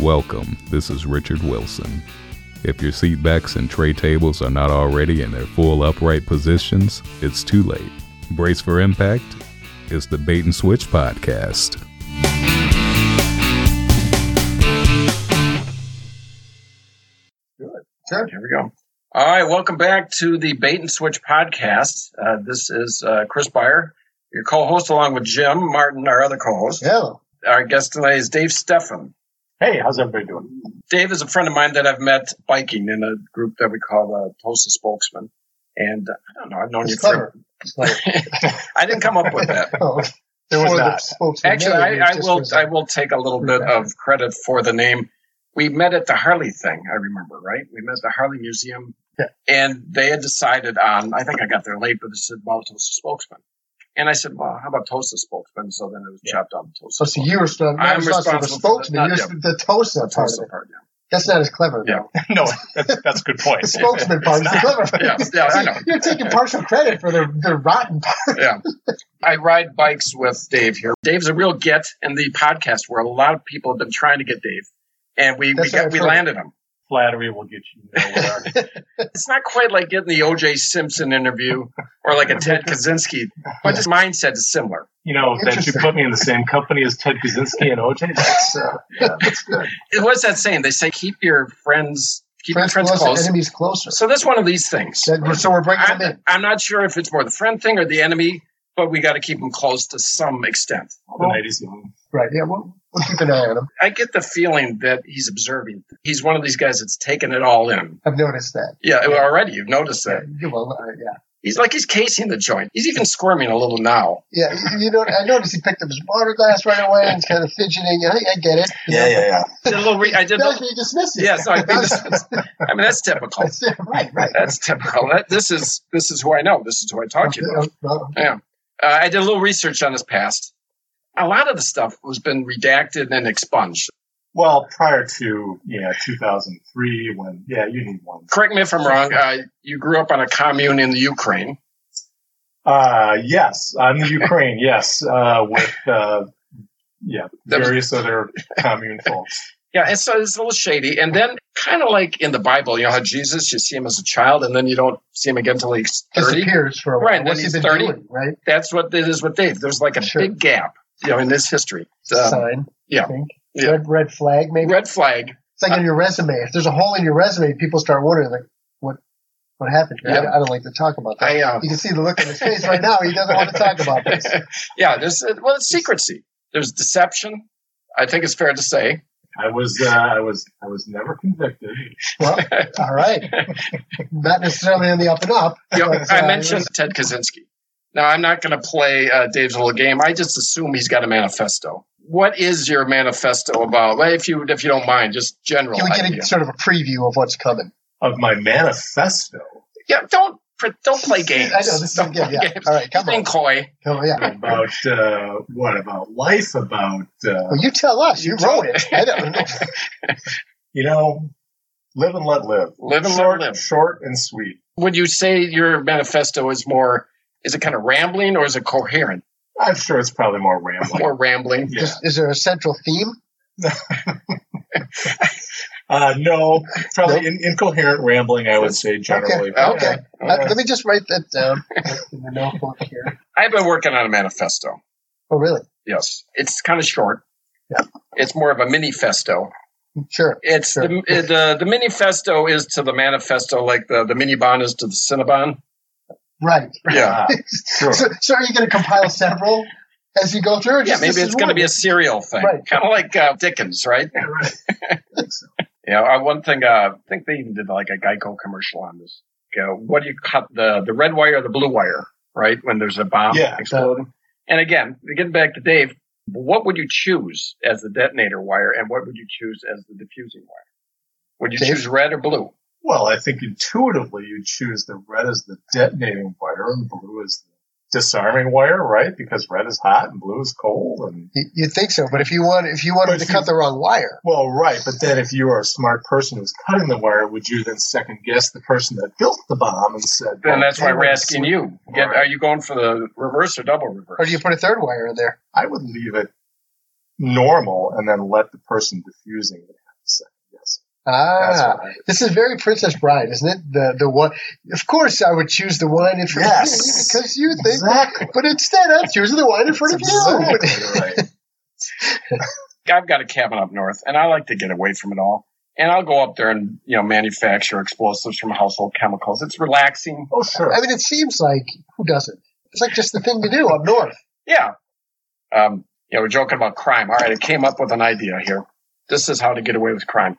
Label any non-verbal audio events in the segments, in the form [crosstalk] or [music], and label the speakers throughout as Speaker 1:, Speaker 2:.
Speaker 1: Welcome, this is Richard Wilson. If your seat backs and tray tables are not already in their full upright positions, it's too late. Brace for impact. It's the Bait and Switch Podcast.
Speaker 2: Good. Here we go. All right. Welcome back to the Bait and Switch podcast. Uh, this is uh, Chris Byer, your co host, along with Jim Martin, our other co host.
Speaker 3: Yeah.
Speaker 2: Our guest today is Dave Steffen.
Speaker 4: Hey, how's everybody doing?
Speaker 2: Dave is a friend of mine that I've met biking in a group that we call the Tulsa Spokesman. And uh, I don't know, I've known
Speaker 3: It's
Speaker 2: you for.
Speaker 3: clever. It's like,
Speaker 2: [laughs] I didn't come up
Speaker 3: [laughs]
Speaker 2: with that.
Speaker 3: oh,
Speaker 4: There was
Speaker 3: for the
Speaker 4: not.
Speaker 3: spokesman
Speaker 2: Actually,
Speaker 3: name, it
Speaker 2: I, I
Speaker 3: just
Speaker 2: will.
Speaker 3: was
Speaker 2: I
Speaker 3: like,
Speaker 2: will take a little bit of credit for the name. We met at the Harley thing. I remember, right? We met at the Harley Museum,
Speaker 4: Yeah.
Speaker 2: and they had decided on. I think I got there late, but they said, "Well, Tulsa spokesman," and I said, "Well, how about Tulsa spokesman?" So then it was chopped up to
Speaker 3: Oh, So,
Speaker 2: Tulsa.
Speaker 3: see, you were still,
Speaker 2: I'm
Speaker 3: I'm responsible for the
Speaker 2: responsible for the-
Speaker 3: spokesman.
Speaker 2: not
Speaker 3: You're the TOSA part of
Speaker 2: Tulsa
Speaker 3: it.
Speaker 2: part, yeah.
Speaker 3: That's not as clever, though.
Speaker 2: Yeah.
Speaker 4: no, that's, that's a good point.
Speaker 3: The spokesman part is the clever part. [laughs]
Speaker 2: Yeah, yeah, I know.
Speaker 3: You're taking partial credit for the, the rotten part.
Speaker 2: yeah. I ride bikes with Dave here. Dave's a real get in the podcast where a lot of people have been trying to get Dave, and we we,
Speaker 3: That's what
Speaker 2: got,
Speaker 3: I've
Speaker 2: we
Speaker 3: heard.
Speaker 2: landed him.
Speaker 4: Flattery will get you nowhere.
Speaker 2: it's not quite like getting the O.J. Simpson interview or like
Speaker 3: [laughs]
Speaker 2: a Ted Kaczynski, but his mindset is similar.
Speaker 4: you know, that you
Speaker 3: Interesting.
Speaker 4: put me in the same company as Ted Kaczynski and OJ. That's, uh, yeah, that's good.
Speaker 2: It was that saying they say keep your friends keep
Speaker 3: Friends
Speaker 2: your friends
Speaker 3: closer,
Speaker 2: close.
Speaker 3: enemies closer.
Speaker 2: So that's one of these things.
Speaker 3: That- so we're bringing them
Speaker 2: I'm,
Speaker 3: in.
Speaker 2: I'm not sure if it's more the friend thing or the enemy, but we got to keep them close to some extent.
Speaker 4: The night is young.
Speaker 3: Right. Yeah, we'll, we'll keep an eye on them.
Speaker 2: I get the feeling that he's observing. He's one of these guys that's taking it all in.
Speaker 3: I've noticed that.
Speaker 2: Yeah, already you've noticed
Speaker 3: Yeah,
Speaker 2: that.
Speaker 3: you will, uh, yeah.
Speaker 2: He's like he's casing the joint. He's even squirming a little now.
Speaker 3: [laughs] Yeah, you- you know, I noticed he picked up his water glass right away and he's kind of fidgeting. I, I get it.
Speaker 4: yeah.
Speaker 2: Did a little re- I did.
Speaker 3: That's where you dismiss it.
Speaker 2: Yeah, so I think this- I mean that's typical.
Speaker 3: That's it. [laughs] Right, right.
Speaker 2: That's [laughs] typical. That, this is this is who I know. This is who I talk to. About.
Speaker 3: Okay, well,
Speaker 2: Uh, I did a little research on his past. A lot of the stuff has been redacted and expunged.
Speaker 4: Well, prior to, yeah, 2003, when, yeah, you need one.
Speaker 2: Correct me if I'm wrong. Uh, you grew up on a commune in the Ukraine.
Speaker 4: Uh, yes, I'm the Ukraine, yes, uh, with, uh, yeah,
Speaker 2: [laughs] That was-
Speaker 4: various other commune folks.
Speaker 2: Yeah, and so it's a little shady. And then, kind of like in the Bible, you know how Jesus, you see him as a child, and then you don't see him again until he's thirty.
Speaker 3: disappears for a while.
Speaker 2: Right, then
Speaker 3: What's he
Speaker 2: he's
Speaker 3: been
Speaker 2: 30.
Speaker 3: doing, right?
Speaker 2: That's what it is with Dave. There's like a
Speaker 3: Sure.
Speaker 2: big gap, you know, in his history. Um,
Speaker 3: Sign.
Speaker 2: yeah.
Speaker 3: I think.
Speaker 2: Yeah.
Speaker 3: Red, red flag, maybe.
Speaker 2: red flag.
Speaker 3: It's like in your resume. If there's a hole in your resume, people start wondering, like, what what happened? here? I-
Speaker 2: Yeah.
Speaker 3: I, don't like to talk about that.
Speaker 2: I uh,
Speaker 3: you can see the look on his face right now. He doesn't want to talk about this.
Speaker 2: [laughs] yeah, there's well, it's secrecy. There's deception. I think it's fair to say.
Speaker 4: I was, uh, I was, I was never convicted.
Speaker 3: Well, all right. Not necessarily on the up and up.
Speaker 2: [laughs] You know,
Speaker 3: but, uh,
Speaker 2: I mentioned Ted Kaczynski. Now I'm not going to play uh, Dave's little game. I just assume he's got a manifesto. What is your manifesto about? Well, if you if you don't mind, just general.
Speaker 3: Can we get
Speaker 2: idea.
Speaker 3: a, sort of a preview of what's coming?
Speaker 4: of my manifesto.
Speaker 2: yeah, don't pre- don't play games.
Speaker 3: [laughs] I know this is
Speaker 2: Don't
Speaker 3: good.
Speaker 2: play
Speaker 3: Yeah.
Speaker 2: games.
Speaker 3: All right. Come on.
Speaker 2: Think coy.
Speaker 3: Come on. Yeah.
Speaker 4: about uh, what about life about uh,
Speaker 3: Well, you tell us. You wrote it. I don't know.
Speaker 2: [laughs]
Speaker 4: you know live and let live
Speaker 2: Live and let
Speaker 4: short,
Speaker 2: live.
Speaker 4: short and sweet
Speaker 2: Would you say your manifesto is more? Is it kind of rambling or is it coherent?
Speaker 4: i'm sure it's probably more rambling
Speaker 2: More rambling.
Speaker 4: yeah.
Speaker 3: Just- Is there a central theme?
Speaker 4: uh, no probably in, incoherent rambling i would say generally but,
Speaker 2: Okay.
Speaker 3: Uh, let me just write that [laughs] down in the notebook here.
Speaker 2: I've been working on a manifesto.
Speaker 3: Oh, really?
Speaker 2: Yes, it's kind of short.
Speaker 3: Yeah.
Speaker 2: It's more of a mini festo.
Speaker 3: Sure.
Speaker 2: It's
Speaker 3: Sure.
Speaker 2: the, the the manifesto is to the manifesto like the the mini bond is to the Cinnabon.
Speaker 3: Right. [laughs]
Speaker 4: yeah
Speaker 3: So,
Speaker 4: sure
Speaker 3: so are you going to compile several as you go through? or
Speaker 2: yeah.
Speaker 3: just
Speaker 2: Maybe
Speaker 3: this
Speaker 2: it's
Speaker 3: is
Speaker 2: going to
Speaker 3: one?
Speaker 2: be a serial thing,
Speaker 3: Right.
Speaker 2: kind of like uh, Dickens, right?
Speaker 4: Yeah,
Speaker 2: [laughs]
Speaker 4: right. I think so.
Speaker 2: Yeah. Uh, one thing, uh, I think they even did like a Geico commercial on this. You know, what do you cut the the red wire or the blue wire? Right when there's a bomb
Speaker 4: Yeah.
Speaker 2: exploding. And again, getting back to Dave, what would you choose as the detonator wire, and what would you choose as the diffusing wire? Would you
Speaker 3: Dave?
Speaker 2: choose red or blue?
Speaker 4: well i think intuitively you choose the red as the detonating wire and blue as the disarming wire right because red is hot and blue is cold and
Speaker 3: You- You'd think so, but if you want, if you wanted
Speaker 4: But
Speaker 3: to
Speaker 4: if
Speaker 3: cut the wrong wire,
Speaker 4: Well, right, but then if you are a smart person who's cutting the wire, would you then second guess the person that built the bomb and said?
Speaker 2: Then
Speaker 4: well,
Speaker 2: that's
Speaker 4: they
Speaker 2: why we're
Speaker 4: were
Speaker 2: asking
Speaker 4: asleep.
Speaker 2: you. Get,
Speaker 4: Right.
Speaker 2: are you going for the reverse or double reverse?
Speaker 3: or do you put a third wire in there?
Speaker 4: I would leave it normal and then let the person diffusing it That's
Speaker 3: Ah,
Speaker 4: right.
Speaker 3: this is very Princess Bride, isn't it? The the one. Of course, I would choose the wine in front
Speaker 4: Yes.
Speaker 3: of you because you think.
Speaker 4: Exactly.
Speaker 3: But instead, I'm choosing the wine in front of [laughs] you.
Speaker 4: Exactly right.
Speaker 2: I've got a cabin up north, and I like to get away from it all. And I'll go up there and you know manufacture explosives from household chemicals. It's relaxing.
Speaker 4: Oh, sure.
Speaker 3: I mean, it seems like who doesn't? It's like just the thing to do up north.
Speaker 2: Yeah. Um, you know, we're joking about crime. All right, I came up with an idea here. This is how to get away with crime.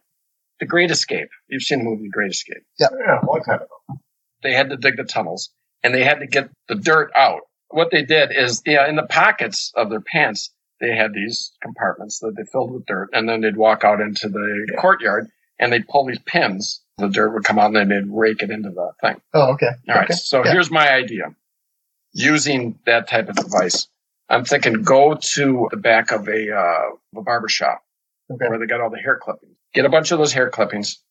Speaker 2: The Great Escape. You've seen the movie The Great Escape.
Speaker 4: Yeah, a long time ago.
Speaker 2: They had to dig the tunnels and they had to get the dirt out. What they did is, yeah, in the pockets of their pants, they had these compartments that they filled with dirt, and then they'd walk out into the courtyard and they'd pull these pins. The dirt would come out, and then they'd rake it into the thing.
Speaker 3: Oh, okay.
Speaker 2: All right.
Speaker 3: Okay.
Speaker 2: So
Speaker 3: Yeah.
Speaker 2: here's my idea. Using that type of device, I'm thinking go to the back of a, uh, of a barber shop
Speaker 3: Okay.
Speaker 2: where they got all the hair clippings. Get a bunch of those hair clippings,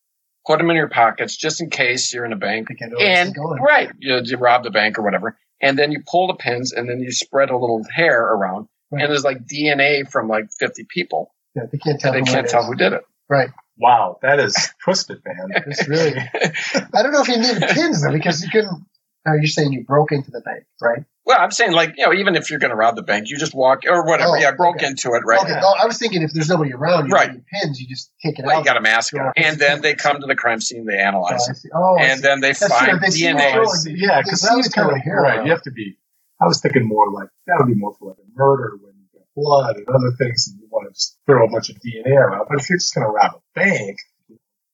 Speaker 2: put them in your pockets just in case you're in a bank.
Speaker 3: We can always
Speaker 2: And
Speaker 3: keep going.
Speaker 2: right, you, you rob the bank or whatever, and then you pull the pins and then you spread a little hair around,
Speaker 3: Right.
Speaker 2: and there's like DNA from like 50 people,
Speaker 3: Yeah, they can't tell.
Speaker 2: and they
Speaker 3: who
Speaker 2: can't
Speaker 3: it
Speaker 2: tell
Speaker 3: is.
Speaker 2: who did it.
Speaker 4: Wow, that is twisted,
Speaker 2: [laughs]
Speaker 4: man.
Speaker 3: It's really. I don't know if you needed pins though, because you couldn't. Are you saying you broke into the bank, right?
Speaker 2: Well, I'm saying like you know, even if you're going to rob the bank, you just walk or whatever.
Speaker 3: Oh,
Speaker 2: yeah, I broke
Speaker 3: okay.
Speaker 2: into it, right?
Speaker 3: Okay. Oh, I was thinking if there's nobody around, you
Speaker 2: Right.
Speaker 3: don't need pins. You just take it
Speaker 2: Well,
Speaker 3: out.
Speaker 2: you got a mask
Speaker 3: Yeah.
Speaker 2: on. And then they come to the crime scene, they
Speaker 3: oh, I
Speaker 2: analyze it.
Speaker 3: see. Oh, I
Speaker 2: And
Speaker 3: see.
Speaker 2: then they
Speaker 3: That's
Speaker 2: find
Speaker 3: true. They see
Speaker 2: DNA.
Speaker 3: what's
Speaker 4: I see. Yeah,
Speaker 3: They
Speaker 4: because
Speaker 3: see
Speaker 4: that was
Speaker 3: it's
Speaker 4: kind of
Speaker 3: going here,
Speaker 4: right.
Speaker 3: right?
Speaker 4: You have to be. I was thinking more like that would be more for like a murder when you get blood and other things, and you want to just throw a bunch of DNA around. But if you're just going to rob a bank,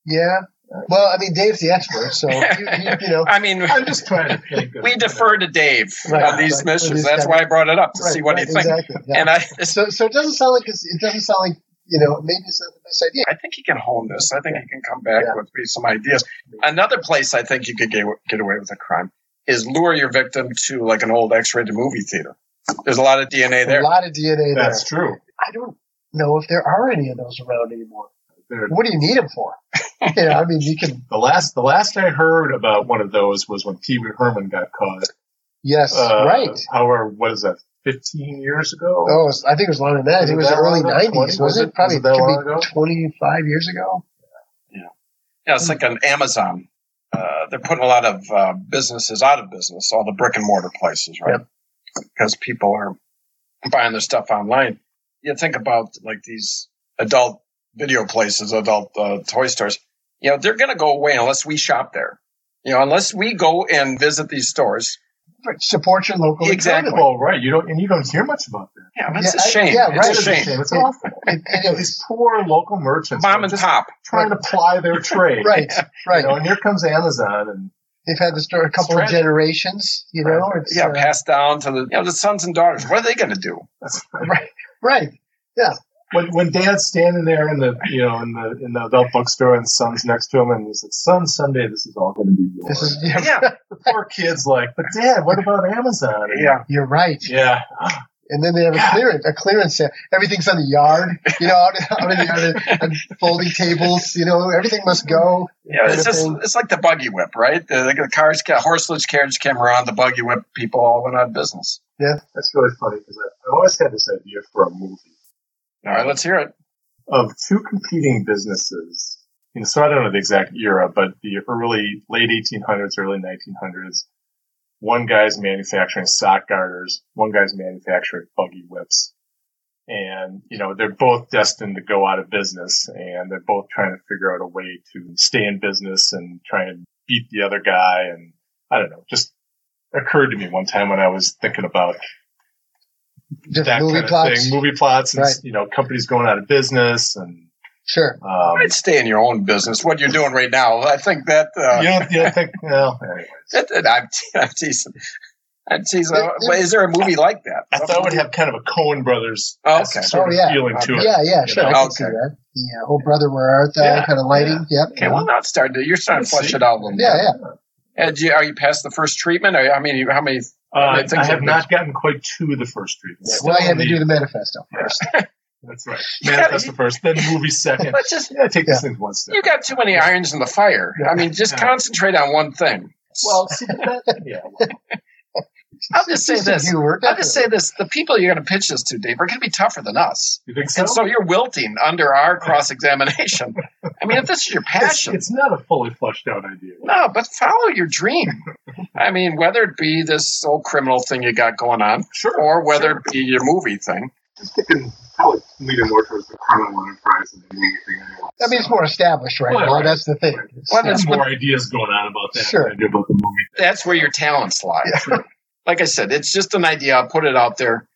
Speaker 3: Yeah. Well, I mean, Dave's the expert,
Speaker 2: [laughs]
Speaker 3: so you, you, you know.
Speaker 2: I mean,
Speaker 4: I'm just trying to think.
Speaker 2: [laughs]
Speaker 4: of-
Speaker 2: we defer to Dave
Speaker 3: Right,
Speaker 2: on these
Speaker 3: right.
Speaker 2: missions.
Speaker 3: He's
Speaker 2: That's
Speaker 3: got-
Speaker 2: why I brought it up to
Speaker 3: Right,
Speaker 2: see what
Speaker 3: right,
Speaker 2: he thinks.
Speaker 3: Exactly. Yeah.
Speaker 2: And [laughs] I,
Speaker 3: so, so it doesn't sound like it's, it doesn't sound like you know maybe it's not the best idea.
Speaker 2: I think he can hone this. I think he can come back
Speaker 3: Yeah.
Speaker 2: with me some ideas. Another place I think you could get, get away with a crime is lure your victim to like an old X-rated movie theater. There's a lot of DNA
Speaker 3: A
Speaker 2: there.
Speaker 3: lot of DNA there.
Speaker 4: That's true.
Speaker 3: I don't know if there are any of those around anymore.
Speaker 4: There-
Speaker 3: What do you need them
Speaker 2: [laughs]
Speaker 3: for? you know, I mean, you can
Speaker 4: The last, the last I heard about one of those was when Pee Wee Herman got caught.
Speaker 3: yes,
Speaker 4: uh,
Speaker 3: right.
Speaker 4: However, what is that? 15 years ago.
Speaker 3: Oh, it was- I think it was longer than that. I
Speaker 4: Was
Speaker 3: think it
Speaker 4: it
Speaker 3: was the
Speaker 4: that
Speaker 3: early
Speaker 4: long ago?
Speaker 3: 90s,
Speaker 4: 20?
Speaker 3: was
Speaker 4: Was
Speaker 3: it?
Speaker 4: it-
Speaker 3: Probably
Speaker 4: was it that
Speaker 3: could be
Speaker 4: long ago?
Speaker 3: 25 years ago.
Speaker 2: Yeah, it's like an Amazon. Uh, they're putting a lot of uh, businesses out of business, all the brick and mortar places, right? Because people are buying their stuff online. You think about like these adult video places, adult uh, toy stores. You know, they're going to go away unless we shop there. You know, unless we go and visit these stores.
Speaker 3: But
Speaker 4: [laughs]
Speaker 3: Support your local
Speaker 2: Exactly.
Speaker 3: economy.
Speaker 4: Well, right. You don't, and you don't hear much about that.
Speaker 2: Yeah, that's
Speaker 3: Yeah, I-
Speaker 2: a shame.
Speaker 3: yeah,
Speaker 2: it's
Speaker 3: right.
Speaker 2: a shame.
Speaker 4: It's awful.
Speaker 3: It- it
Speaker 4: You know,
Speaker 3: is.
Speaker 4: these poor local merchants
Speaker 2: Mom
Speaker 4: are
Speaker 2: and
Speaker 4: just
Speaker 2: pop.
Speaker 4: trying to ply their
Speaker 3: [laughs] [laughs]
Speaker 4: trade.
Speaker 3: Right, right.
Speaker 4: You [laughs] know, and here comes Amazon, and
Speaker 3: They've had this for a couple of
Speaker 4: tragic.
Speaker 3: generations, you know. It's,
Speaker 2: Yeah,
Speaker 3: uh,
Speaker 2: passed down to the you know the sons and daughters. What are they going to do?
Speaker 4: that's
Speaker 3: right, right.
Speaker 4: when when dad's standing there in the you know in the in the adult bookstore and the son's next to him and he's like, "Son, someday this is all going to be yours."
Speaker 3: This is
Speaker 2: Yeah,
Speaker 4: the poor kid's like, "But dad, what about Amazon?" And-
Speaker 2: [laughs] yeah.
Speaker 3: you're right.
Speaker 4: yeah.
Speaker 3: And then they have a clearance, a clearance sale. Everything's on the yard, you know, out, out in the yard, and folding tables, you know, everything must go.
Speaker 2: Yeah, it's just
Speaker 3: Beautiful.
Speaker 2: it's like the buggy whip, right? The, the cars, ca- horseless carriage came around. The buggy whip people all went out of business.
Speaker 4: That's really funny because I, I always had this idea for a movie
Speaker 2: All right, let's hear it.
Speaker 4: of two competing businesses. You know, so I don't know the exact era, but the early late 1800s, early 1900s. One guy's manufacturing sock garters, one guy's manufacturing buggy whips, and you know they're both destined to go out of business, and they're both trying to figure out a way to stay in business and try and beat the other guy. And I don't know, just occurred to me one time when I was thinking about
Speaker 3: Just
Speaker 4: that
Speaker 3: movie
Speaker 4: kind of
Speaker 3: plots.
Speaker 4: thing, movie plots, and
Speaker 3: Right.
Speaker 4: you know companies going out of business, and
Speaker 3: Sure.
Speaker 4: um,
Speaker 2: I'd stay in your own business. What you're doing right now, I think that uh,
Speaker 4: you don't, you don't think. Well, anyways,
Speaker 2: that- that- I'm, te- I'm teasing. I'm teasing.
Speaker 3: It-
Speaker 2: But is there a movie like that?
Speaker 4: I thought it would have kind of a Cohen Brothers
Speaker 2: Oh, okay.
Speaker 4: sort of
Speaker 3: Oh, yeah.
Speaker 4: feeling to it.
Speaker 3: Yeah, yeah, sure. I
Speaker 2: know,
Speaker 3: can see
Speaker 2: okay.
Speaker 3: that. Yeah, oh brother, where art thou?
Speaker 4: Yeah,
Speaker 3: Kind of lighting. Yep.
Speaker 2: Okay, well, now it's starting to. You're starting to flush it out a little.
Speaker 3: Yeah, yeah.
Speaker 2: bit. And you, are you past the first treatment? Are you, I mean, you- how many?
Speaker 4: Uh,
Speaker 2: It's
Speaker 4: I have
Speaker 2: exactly-
Speaker 4: not gotten quite to the first three.
Speaker 3: Yeah, well, I had to do the manifesto first.
Speaker 4: That's right. Manifest the first, then movie [laughs] second.
Speaker 2: Let's just.
Speaker 4: Yeah, take
Speaker 3: Yeah.
Speaker 4: these things one step.
Speaker 2: You got too many irons in the fire. I mean, just
Speaker 4: Yeah.
Speaker 2: concentrate on one thing.
Speaker 4: well, see, that, yeah, well,
Speaker 2: I'll just say this.
Speaker 3: Humor,
Speaker 2: I'll just say this: the people you're going to pitch this to, Dave, are going to be tougher than us.
Speaker 4: you think so?
Speaker 2: And so you're wilting under our cross examination. I mean, if this is your
Speaker 4: It's,
Speaker 2: passion,
Speaker 4: it's not a fully fleshed out idea.
Speaker 2: no, but follow your dream. I mean, whether it be this old criminal thing you got going on,
Speaker 4: Sure.
Speaker 2: or whether it be your movie thing.
Speaker 4: Just thinking probably leaning more towards the criminal enterprise than anything else.
Speaker 3: I mean, it's more established right
Speaker 4: Well,
Speaker 3: now.
Speaker 4: right.
Speaker 3: That's the thing. It's-
Speaker 2: Well,
Speaker 4: There's
Speaker 2: that's what-
Speaker 4: more ideas going on about that
Speaker 3: Sure.
Speaker 4: than I do about the movie.
Speaker 2: that's where your talents lie.
Speaker 3: Yeah.
Speaker 2: Like I said, it's just an idea. I'll put it out there.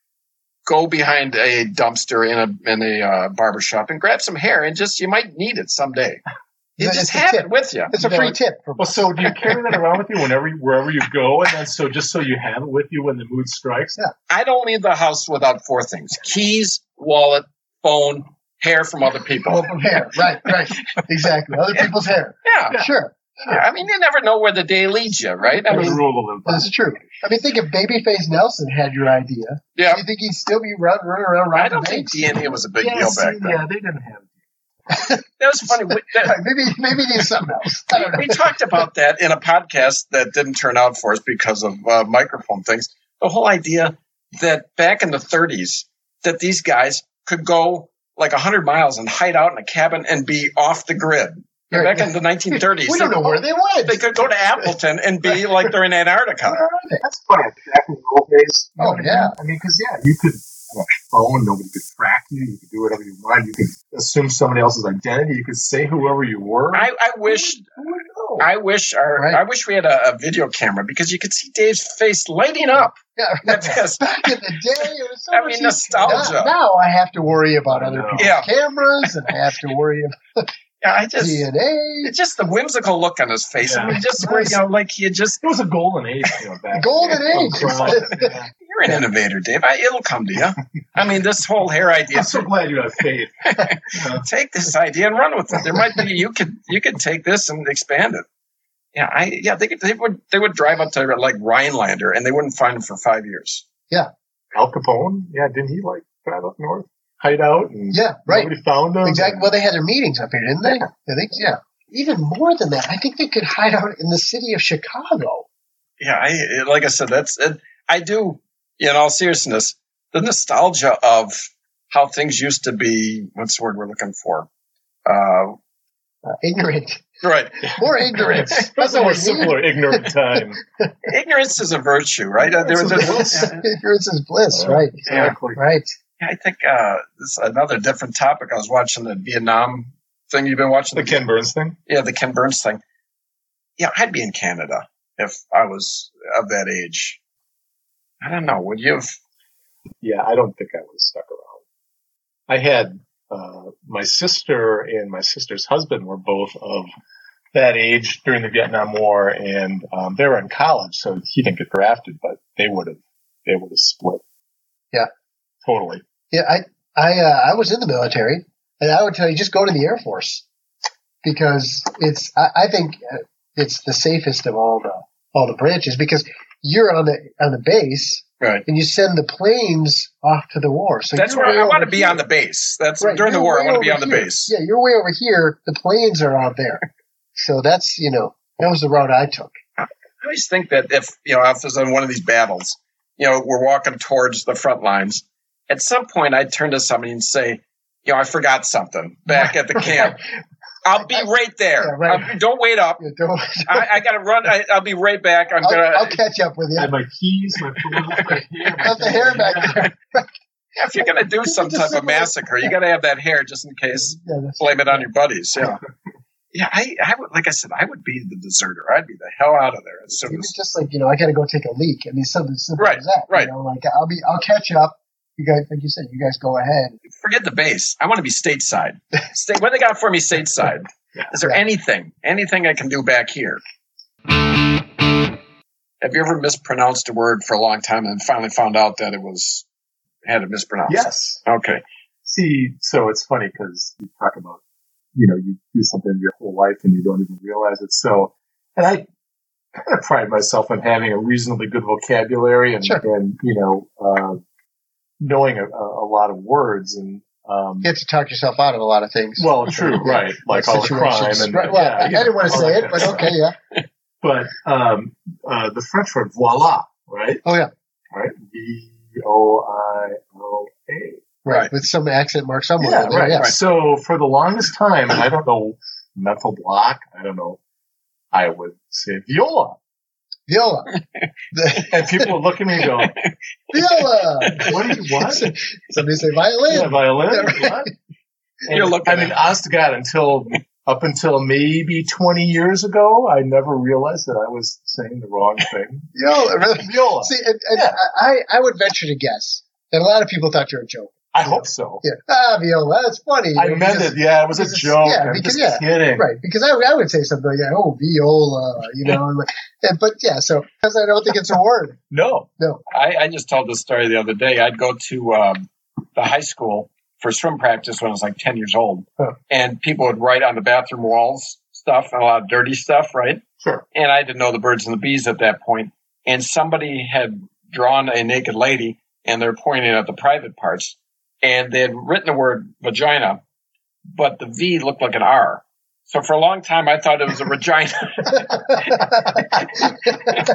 Speaker 2: Go behind a dumpster in a in a uh, barber shop and grab some hair, and just you might need it someday. You
Speaker 3: Yeah,
Speaker 2: just
Speaker 3: it's a
Speaker 2: have
Speaker 3: tip.
Speaker 2: it with you.
Speaker 3: It's a free tip. For,
Speaker 4: Well, so do you carry that around with you whenever, wherever you go, and then so just so you have it with you when the mood strikes?
Speaker 2: I don't leave the house without four things: keys, wallet, phone, hair from other people.
Speaker 3: well, from hair. Right, right. Exactly. Other people's hair.
Speaker 2: Yeah,
Speaker 3: Sure.
Speaker 2: I mean, you never know where the day leads you, right? I
Speaker 4: There's a
Speaker 2: mean,
Speaker 4: rule to live by.
Speaker 3: That's true. I mean, think if Babyface Nelson had your idea,
Speaker 2: yeah.
Speaker 3: do you think he'd still be run, running around robbing
Speaker 2: I don't think
Speaker 3: banks?
Speaker 2: DNA was a big
Speaker 4: yeah,
Speaker 2: deal
Speaker 4: see,
Speaker 2: back then.
Speaker 4: yeah, they didn't have it.
Speaker 2: That was funny. We- that-
Speaker 3: Right, [laughs] maybe, maybe he did something else.
Speaker 2: [laughs]
Speaker 3: I don't know.
Speaker 2: we talked about that in a podcast that didn't turn out for us because of uh, microphone things. The whole idea that back in the 30s, that these guys could go like 100 miles and hide out in a cabin and be off the grid.
Speaker 3: Right.
Speaker 2: Back in the 1930s,
Speaker 3: [laughs] We don't know where they went.
Speaker 2: they could go to Appleton and be like they're in
Speaker 3: where
Speaker 2: Antarctica.
Speaker 3: are they?
Speaker 4: That's funny. Back in the old days. you know
Speaker 3: Oh,
Speaker 4: what I
Speaker 3: yeah.
Speaker 4: mean? I mean, because yeah, you could have a phone. Nobody could track you. You could do whatever you wanted. You could assume somebody else's identity. You could say whoever you were.
Speaker 2: I, I wish,
Speaker 4: Who would know?
Speaker 2: I wish, our,
Speaker 3: Right.
Speaker 2: I wish we had a, a video camera because you could see Dave's face lighting up [laughs]
Speaker 3: Yeah,
Speaker 2: at this.
Speaker 3: back [laughs] in the day, it was so
Speaker 2: I
Speaker 3: much
Speaker 2: mean,
Speaker 3: easier.
Speaker 2: nostalgia.
Speaker 3: Now, now I have to worry about other people's
Speaker 2: Yeah.
Speaker 3: cameras, and I have to
Speaker 2: [laughs]
Speaker 3: worry about
Speaker 2: I just,
Speaker 3: DNA.
Speaker 2: it's just the whimsical look on his face. I mean, just where you know, like he just
Speaker 4: it was a golden age. You know, back
Speaker 3: Golden
Speaker 4: then.
Speaker 3: age. [laughs]
Speaker 4: Yeah.
Speaker 2: You're an innovator, Dave. I, it'll come to you. I mean, this whole hair idea.
Speaker 4: [laughs] I'm so glad you have faith. Yeah.
Speaker 2: Take this idea and run with it. There might be you could you could take this and expand it. Yeah, I yeah they could, they would they would drive up to like Rhinelander and they wouldn't find him for five years.
Speaker 4: Al Capone. Yeah, didn't he like drive up north, hide out, and
Speaker 3: Yeah, right.
Speaker 4: nobody found him?
Speaker 3: Exactly. Well, they had their meetings up here, didn't they? I think, yeah. Even more than that, I think they could hide out in the city of Chicago.
Speaker 2: Yeah, I like I said that's it. I do. In all seriousness, the nostalgia of how things used to be. What's the word we're looking for? Uh,
Speaker 3: Uh, ignorant.
Speaker 2: right,
Speaker 3: More ignorance.
Speaker 4: That's
Speaker 3: That's
Speaker 4: a
Speaker 3: what
Speaker 4: more
Speaker 3: we need.
Speaker 4: simpler, [laughs] ignorant time.
Speaker 2: ignorance is a virtue, right? Uh, there was a-
Speaker 3: Ignorance is bliss,
Speaker 4: Yeah.
Speaker 3: right?
Speaker 4: Exactly.
Speaker 3: Right.
Speaker 2: Yeah, I think uh, this is another different topic. I was watching the Vietnam thing. You've been watching
Speaker 4: The Ken Burns thing.
Speaker 2: yeah, the Ken Burns thing. Yeah, I'd be in Canada if I was of that age. I don't know. Would you? Have,
Speaker 4: Yeah, I don't think I would have stuck around. I had uh, my sister and my sister's husband were both of that age during the Vietnam War, and um, they were in college, so he didn't get drafted, but they would have they would have split.
Speaker 3: Yeah.
Speaker 4: totally.
Speaker 3: Yeah, I I uh, I was in the military, and I would tell you just go to the Air Force because it's I, I think uh, it's the safest of all the all the branches because you're on the on the base
Speaker 2: right.
Speaker 3: and you send the planes off to the war. So
Speaker 2: That's
Speaker 3: you're
Speaker 2: where
Speaker 3: way
Speaker 2: I want to
Speaker 3: over
Speaker 2: be
Speaker 3: here.
Speaker 2: on the base. That's
Speaker 3: Right,
Speaker 2: during the
Speaker 3: you're
Speaker 2: war. I
Speaker 3: way
Speaker 2: want to be
Speaker 3: over
Speaker 2: on the
Speaker 3: here.
Speaker 2: base.
Speaker 3: Yeah, you're way over here. The planes are out there, so that's you know that was the route I took.
Speaker 2: I always think that if you know, if I was in one of these battles, you know, we're walking towards the front lines. At some point, I'd turn to somebody and say, "You know, I forgot something
Speaker 3: [laughs]
Speaker 2: back at the camp. I'll be right there.
Speaker 3: Yeah, right.
Speaker 2: I'll be- don't wait up.
Speaker 3: You know,
Speaker 2: I, I gotta run. I, I'll be right back. I'm
Speaker 3: I'll,
Speaker 2: gonna.
Speaker 3: I'll catch up with you.
Speaker 4: I had my keys, my phone, my hair, my
Speaker 3: Got the hair back
Speaker 2: [laughs]
Speaker 3: there.
Speaker 2: if you're gonna do
Speaker 3: Just
Speaker 2: some type of
Speaker 3: simple-
Speaker 2: massacre, you gotta have that hair just in case.
Speaker 3: Yeah, that's-
Speaker 2: Blame it on your buddies. Yeah. Yeah, I, I would, like I said, I would be the deserter. I'd be the hell out of there as soon
Speaker 3: Even
Speaker 2: as.
Speaker 3: just like you know, I got to go take a leak. I mean, something as simple
Speaker 2: Right,
Speaker 3: as that.
Speaker 2: right.
Speaker 3: You know, like I'll be, I'll catch up. You guys, like you said, you guys go ahead.
Speaker 2: Forget the base. I want to be stateside. State, what they got for me stateside? Is there
Speaker 3: Yeah.
Speaker 2: anything, anything I can do back here? Have you ever mispronounced a word for a long time and finally found out that it was had it mispronounced?
Speaker 4: Yes.
Speaker 2: Okay.
Speaker 4: See, so it's funny because you talk about, you know, you do something your whole life and you don't even realize it. So, and I kind of pride myself on having a reasonably good vocabulary and,
Speaker 3: Sure.
Speaker 4: and you know, uh, knowing a, a a lot of words and, um,
Speaker 3: You have to talk yourself out of a lot of things. [laughs]
Speaker 4: well, true, right? Like all the crime
Speaker 3: Situations.
Speaker 4: and
Speaker 3: right, well,
Speaker 4: yeah,
Speaker 3: I,
Speaker 4: you know,
Speaker 3: I didn't want to
Speaker 4: all
Speaker 3: say
Speaker 4: that
Speaker 3: it, but
Speaker 4: kind of
Speaker 3: okay,
Speaker 4: [laughs]
Speaker 3: yeah.
Speaker 4: stuff. But um, uh, the French word voila, right?
Speaker 3: Oh yeah,
Speaker 4: Right, V O I L A.
Speaker 3: right.
Speaker 2: Right.
Speaker 3: With some accent mark somewhere.
Speaker 4: Yeah,
Speaker 3: in there,
Speaker 4: right.
Speaker 3: Yeah.
Speaker 4: So for the longest time, and I don't know mental block. I don't know. I would say viola. [laughs]
Speaker 3: Viola. The-
Speaker 4: And people would look at me and go,
Speaker 3: Viola.
Speaker 4: what do you want?
Speaker 3: Somebody say
Speaker 4: Yeah,
Speaker 3: violin.
Speaker 4: violin?
Speaker 3: Yeah,
Speaker 4: What?
Speaker 2: You're
Speaker 4: And,
Speaker 2: looking
Speaker 4: I mean,
Speaker 2: at-
Speaker 4: honest to God, until up until maybe 20 years ago, I never realized that I was saying the wrong thing.
Speaker 3: Viola.
Speaker 4: Viola.
Speaker 3: See, and, and
Speaker 4: Yeah.
Speaker 3: I, I would venture to guess that a lot of people thought you were a joke.
Speaker 4: I hope so.
Speaker 3: Yeah. Ah, Viola, that's funny.
Speaker 4: I
Speaker 3: You know,
Speaker 4: meant
Speaker 3: because-
Speaker 4: it. Yeah, it was a
Speaker 3: because it's-
Speaker 4: joke.
Speaker 3: yeah,
Speaker 4: I'm
Speaker 3: because-
Speaker 4: just kidding.
Speaker 3: Right, because I, I would say something like, oh, Viola, you know. and like- and- but yeah, so, because I don't think it's a word. [laughs]
Speaker 4: No.
Speaker 2: I, I just told this story the other day. I'd go to um, the high school for swim practice when I was like 10 years old,
Speaker 3: Huh.
Speaker 2: and people would write on the bathroom walls stuff and a lot of dirty stuff, right?
Speaker 4: Sure.
Speaker 2: And I didn't know the birds and the bees at that point. And somebody had drawn a naked lady, and they're pointing at the private parts, and they had written the word vagina, but the V looked like an R. So for a long time, I thought it was a vagina.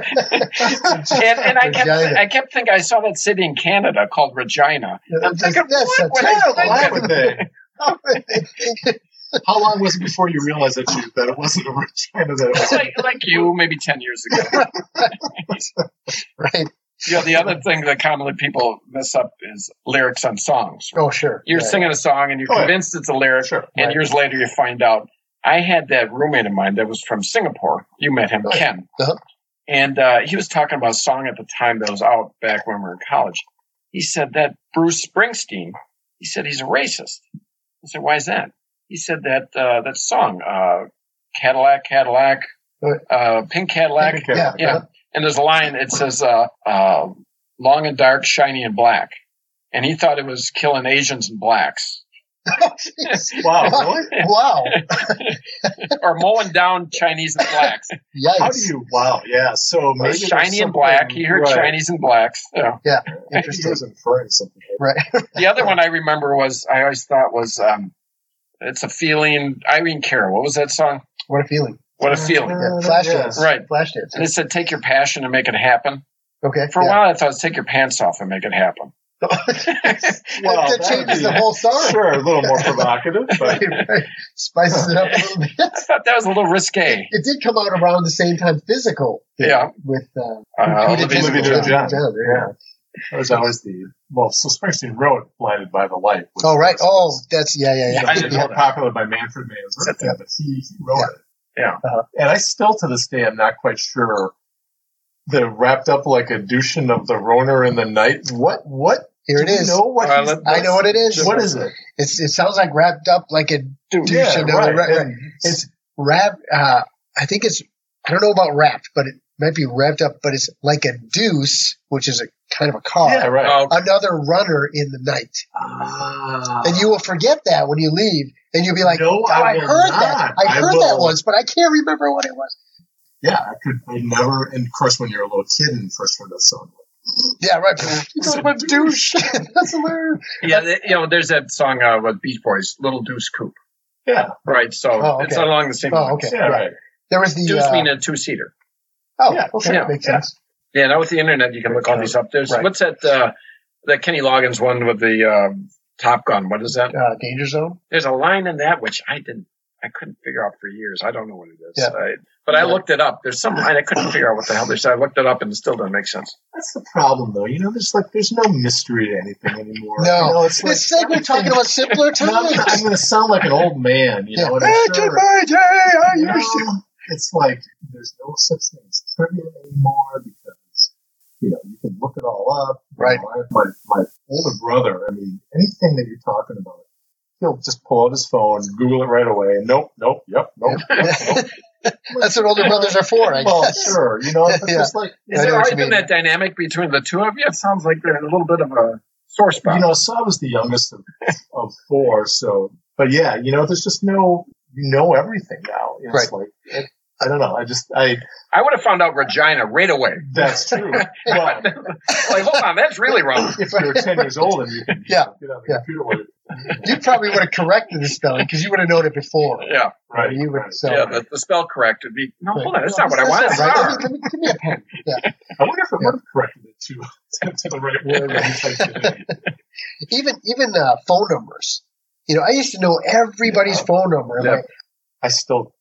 Speaker 2: and, and I kept
Speaker 3: Regina.
Speaker 2: I kept thinking I saw that city in Canada called Regina. I'm
Speaker 3: That's-
Speaker 2: thinking,
Speaker 3: that's
Speaker 2: what
Speaker 3: a
Speaker 2: would I
Speaker 3: terrible
Speaker 2: think
Speaker 4: Why
Speaker 2: of-
Speaker 4: would they? How long was it before you realized that, you, that it wasn't [laughs] a vagina? That it
Speaker 2: It's [laughs]
Speaker 4: was
Speaker 2: like, like you, maybe ten years
Speaker 3: [laughs]
Speaker 2: ago.
Speaker 3: [laughs] right.
Speaker 2: You know, the other thing that commonly people mess up is lyrics on songs.
Speaker 3: Oh, sure.
Speaker 2: You're
Speaker 3: Right.
Speaker 2: singing a song and you're
Speaker 4: Oh, yeah.
Speaker 2: convinced it's a lyric,
Speaker 4: Sure.
Speaker 2: and
Speaker 3: Right.
Speaker 2: years later you find out. I had that roommate of mine that was from Singapore. You met him,
Speaker 3: Oh, yeah.
Speaker 2: Ken,
Speaker 3: Uh-huh.
Speaker 2: and uh, he was talking about a song at the time that was out back when we were in college. He said that Bruce Springsteen. He said he's a racist. I said, "Why is that?" He said that uh, that song, uh, Cadillac, Cadillac,
Speaker 3: Right.
Speaker 2: uh, Pink Cadillac.
Speaker 4: [laughs] Okay.
Speaker 3: Yeah.
Speaker 2: Yeah. And there's a line that says, uh, uh, long and dark, shiny and black. And he thought it was killing Asians and blacks Oh,
Speaker 3: [laughs]
Speaker 2: [laughs]
Speaker 4: Wow, really?
Speaker 3: Wow.
Speaker 2: or mowing down Chinese and blacks.
Speaker 3: Yikes.
Speaker 4: How do you? Wow, yeah. So [laughs] maybe
Speaker 2: Or
Speaker 4: there's
Speaker 2: shiny and
Speaker 4: something-
Speaker 2: black. He heard
Speaker 4: right.
Speaker 2: Chinese and blacks. you know.
Speaker 4: Maybe
Speaker 3: [laughs]
Speaker 4: he
Speaker 3: Interesting.
Speaker 4: was inferring something.
Speaker 3: Right.
Speaker 2: The other one I remember was, I always thought was, um, it's a feeling. Irene Cara. What was that song?
Speaker 3: What a feeling.
Speaker 2: What a feeling.
Speaker 3: Yeah. Flashdance.
Speaker 2: Uh, Right.
Speaker 3: Flashdance.
Speaker 2: And it said, take your passion and make it happen.
Speaker 3: Okay.
Speaker 2: For a
Speaker 3: yeah.
Speaker 2: while, I thought, it was, take your pants off and make it
Speaker 4: [laughs]
Speaker 2: happen. [laughs]
Speaker 4: Well,
Speaker 3: that, that
Speaker 4: that'd
Speaker 3: changes
Speaker 4: be-
Speaker 3: the whole song.
Speaker 4: Sure, a little more provocative, but
Speaker 3: [laughs] Right, right. Spices it up a little bit.
Speaker 2: I thought that was a little risque.
Speaker 3: It did come out around the same time physical. did,
Speaker 2: Yeah.
Speaker 3: With uh,
Speaker 2: Uh,
Speaker 3: Who
Speaker 2: Olivia
Speaker 3: did
Speaker 4: Olivia
Speaker 3: Physical?
Speaker 4: Newton-John.
Speaker 3: John, there you go.
Speaker 4: that was always the well. So Springsteen wrote "Blinded by the Light." which
Speaker 3: Oh, right.
Speaker 4: was-
Speaker 3: Oh, that's, yeah, yeah, yeah.
Speaker 4: It was
Speaker 2: didn't
Speaker 4: more
Speaker 2: know that.
Speaker 4: popular by Manfred Mann's or something,
Speaker 3: Yeah.
Speaker 4: but he, he wrote it.
Speaker 2: Yeah.
Speaker 3: Uh-huh.
Speaker 4: And I still, to this day, I'm not quite sure. The wrapped up like a douchen of the Roner in the night. What? What?
Speaker 3: Here it
Speaker 4: do you
Speaker 3: is.
Speaker 4: know what?
Speaker 2: Well,
Speaker 4: he's-
Speaker 2: let-
Speaker 3: I know what it is.
Speaker 4: What is it?
Speaker 3: It's, it sounds like wrapped up like a
Speaker 2: Dude,
Speaker 3: Douche of the- right, right.
Speaker 4: And
Speaker 3: It's rev. Uh, I think it's. I don't know about wrapped, but it might be revved up. But it's like a deuce, which is a kind of a car.
Speaker 4: yeah, right.
Speaker 2: Oh,
Speaker 3: Another runner in the night,
Speaker 4: Ah.
Speaker 3: and you will forget that when you leave, and you'll be like,
Speaker 4: No,
Speaker 3: "Oh,
Speaker 4: I
Speaker 3: I,
Speaker 4: will
Speaker 3: heard
Speaker 4: not.
Speaker 3: that. I
Speaker 4: I
Speaker 3: heard that
Speaker 4: will-
Speaker 3: once, but I can't remember what it was."
Speaker 4: Yeah, I could. I never. And of course, when you're a little kid and first heard that song,
Speaker 3: Yeah, right. [laughs] you know, what, douche. That's hilarious.
Speaker 2: Yeah, th- you know, there's that song uh, with Beach Boys, "Little Deuce Coupe,"
Speaker 4: yeah,
Speaker 2: right? So
Speaker 3: Oh, okay.
Speaker 2: it's along the same.
Speaker 3: Oh,
Speaker 2: lines.
Speaker 3: okay.
Speaker 4: yeah, right.
Speaker 3: There was the.
Speaker 2: Deuce
Speaker 3: Uh,
Speaker 2: mean a two seater.
Speaker 3: oh,
Speaker 4: yeah,
Speaker 3: okay,
Speaker 2: yeah,
Speaker 3: makes
Speaker 4: yeah.
Speaker 3: sense.
Speaker 2: Yeah, now with the internet, you can look all these up. There's
Speaker 3: Right.
Speaker 2: what's that? Uh, that Kenny Loggins one with the uh, Top Gun. What is that?
Speaker 3: Uh, danger zone.
Speaker 2: There's a line in that which I didn't, I couldn't figure out for years. I don't know what it is.
Speaker 3: Yeah.
Speaker 2: I- but I looked it up. There's some line I couldn't figure out what the hell they said. I looked it up and it still doesn't make sense.
Speaker 4: That's the problem, though. You know, there's like there's no mystery to anything anymore.
Speaker 3: No.
Speaker 4: you know, it's like.
Speaker 3: It's like we're talking about simpler
Speaker 4: and I'm,
Speaker 3: times.
Speaker 4: gonna- I'm going to sound like an old man, you know. and I'm sure- you know, it's like there's no such thing as trivia anymore because you know you can look it all up. You
Speaker 3: Right.
Speaker 4: know, I- my my older brother. I mean, anything that you're talking about, he'll just pull out his phone, Google it right away. And nope, nope, yep, nope.
Speaker 3: [laughs] That's what older brothers are for, I
Speaker 4: well,
Speaker 3: guess.
Speaker 4: sure, you know,
Speaker 3: [laughs]
Speaker 4: it's
Speaker 3: Yeah.
Speaker 4: just like
Speaker 2: Is
Speaker 3: I know
Speaker 2: there
Speaker 3: what
Speaker 2: always
Speaker 3: you
Speaker 2: been
Speaker 3: mean.
Speaker 2: that dynamic between the two of you? It sounds like they're in a little bit of a sore spot.
Speaker 4: you know. So I was the youngest of, of four, so but yeah, you know, there's just no you know everything now. It's like it, I don't know. I just I
Speaker 2: I would have found out Regina right away.
Speaker 3: [laughs]
Speaker 4: that's true. But
Speaker 2: [laughs] like, hold on, that's really wrong.
Speaker 4: if you're 10 years old and you can
Speaker 3: Yeah.
Speaker 4: get on the
Speaker 3: Yeah.
Speaker 4: computer with it.
Speaker 3: You probably would have corrected the spelling because you would have known it before.
Speaker 2: Yeah,
Speaker 4: Right.
Speaker 3: You would-
Speaker 4: right.
Speaker 3: so-
Speaker 2: yeah, the, the spell correct would be. No,
Speaker 3: Right.
Speaker 2: hold on, that's not what I
Speaker 3: That's
Speaker 2: wanted.
Speaker 3: not right. Let me- let me- give me a pen.
Speaker 4: I wonder if it
Speaker 3: Yeah.
Speaker 4: would have corrected it [laughs] to, to the right word when you typed it in.
Speaker 3: Even even uh, phone numbers. You know, I used to know everybody's phone number. I'm
Speaker 2: Yeah.
Speaker 3: Like,
Speaker 4: [laughs] I still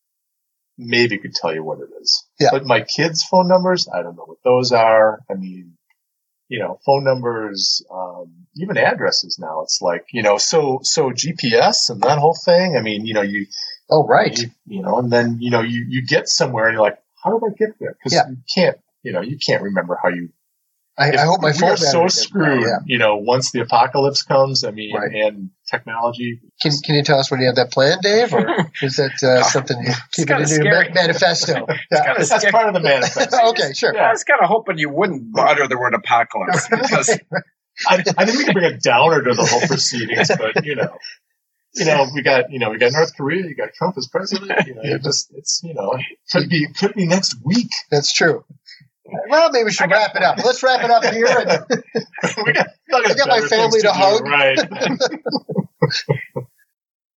Speaker 4: maybe could tell you what it is.
Speaker 3: Yeah.
Speaker 4: But my kids' phone numbers, I don't know what those are. I mean, you know, phone numbers, um, even addresses now. It's like, you know, so, so GPS and that whole thing. I mean, you know, you,
Speaker 3: Oh, right.
Speaker 4: you, you know, and then, you know, you, you get somewhere and you're like, how did I get there? Cause
Speaker 3: Yeah.
Speaker 4: you can't, you know, you can't remember how you
Speaker 3: I,
Speaker 4: if
Speaker 3: I hope my
Speaker 4: we
Speaker 3: phone
Speaker 4: are
Speaker 3: battery
Speaker 4: so
Speaker 3: doesn't die.
Speaker 4: screwed.
Speaker 3: Yeah.
Speaker 4: You know, once the apocalypse comes, I mean,
Speaker 3: Right.
Speaker 4: and technology.
Speaker 3: Can, can you tell us when you have that plan, Dave,
Speaker 2: [laughs]
Speaker 3: or is that uh, something you keep it
Speaker 2: kinda
Speaker 3: in your
Speaker 2: scary.
Speaker 3: ma- manifesto? Yeah.
Speaker 2: kinda
Speaker 4: That's that's
Speaker 2: scary.
Speaker 4: part of the
Speaker 3: [laughs]
Speaker 4: manifest.
Speaker 3: okay, sure.
Speaker 2: I was kind of hoping you wouldn't utter the word apocalypse because
Speaker 4: I, I didn't mean to bring a downer to the whole proceedings, but you know, you know, we got you know, we got North Korea, you got Trump as president. You know, it just it's you know, could be could be next week. [laughs]
Speaker 3: That's true. Well, maybe we should wrap it up. Let's wrap it up here.
Speaker 2: [laughs]
Speaker 3: And,
Speaker 4: we got, we got
Speaker 3: I got my
Speaker 4: better
Speaker 3: family to
Speaker 4: things do,
Speaker 3: hug. [laughs]
Speaker 4: right? [laughs]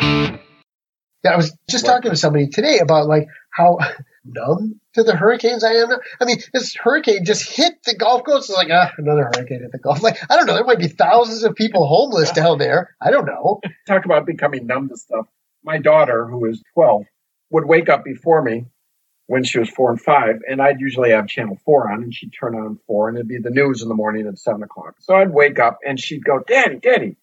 Speaker 3: yeah, I was just
Speaker 4: Right.
Speaker 3: talking to somebody today about like how numb to the hurricanes I am. now. I mean, this hurricane just hit the Gulf Coast. It's like ah, another hurricane hit the Gulf. Like I don't know. There might be thousands of people homeless down there. I don't know.
Speaker 2: talk about becoming numb to stuff. My daughter, who is 12, would wake up before me when she was four and five, and I'd usually have channel four on, and she'd turn on four, and it'd be the news in the morning at seven o'clock. So I'd wake up, and she'd go, Daddy, Daddy,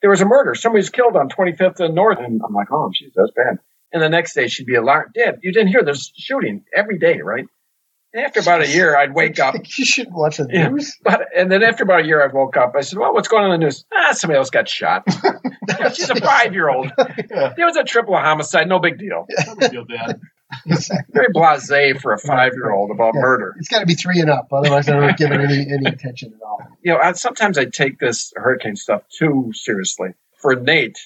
Speaker 2: there was a murder. Somebody's killed on 25th and North. And I'm like, Oh, jeez, that's bad. And the next day, she'd be alarmed. Dad, you didn't hear this shooting every day, right? And after about a year, I'd wake
Speaker 3: [laughs]
Speaker 2: up
Speaker 3: you shouldn't watch the
Speaker 2: Yeah.
Speaker 3: news.
Speaker 2: but and then after about a year, I woke up. I said, "Well, what's going on in the news? Ah, somebody else got shot. [laughs] She's a five-year-old.
Speaker 4: [laughs] Yeah.
Speaker 2: There was a triple homicide. No big deal.
Speaker 4: No big deal, Dad.
Speaker 2: Very blasé
Speaker 4: [laughs]
Speaker 2: for a five-year-old about
Speaker 3: Yeah.
Speaker 2: murder.
Speaker 3: It's got to be three and up. Otherwise, I don't give it any any attention at all.
Speaker 2: You know, I, sometimes I take this hurricane stuff too seriously. For Nate,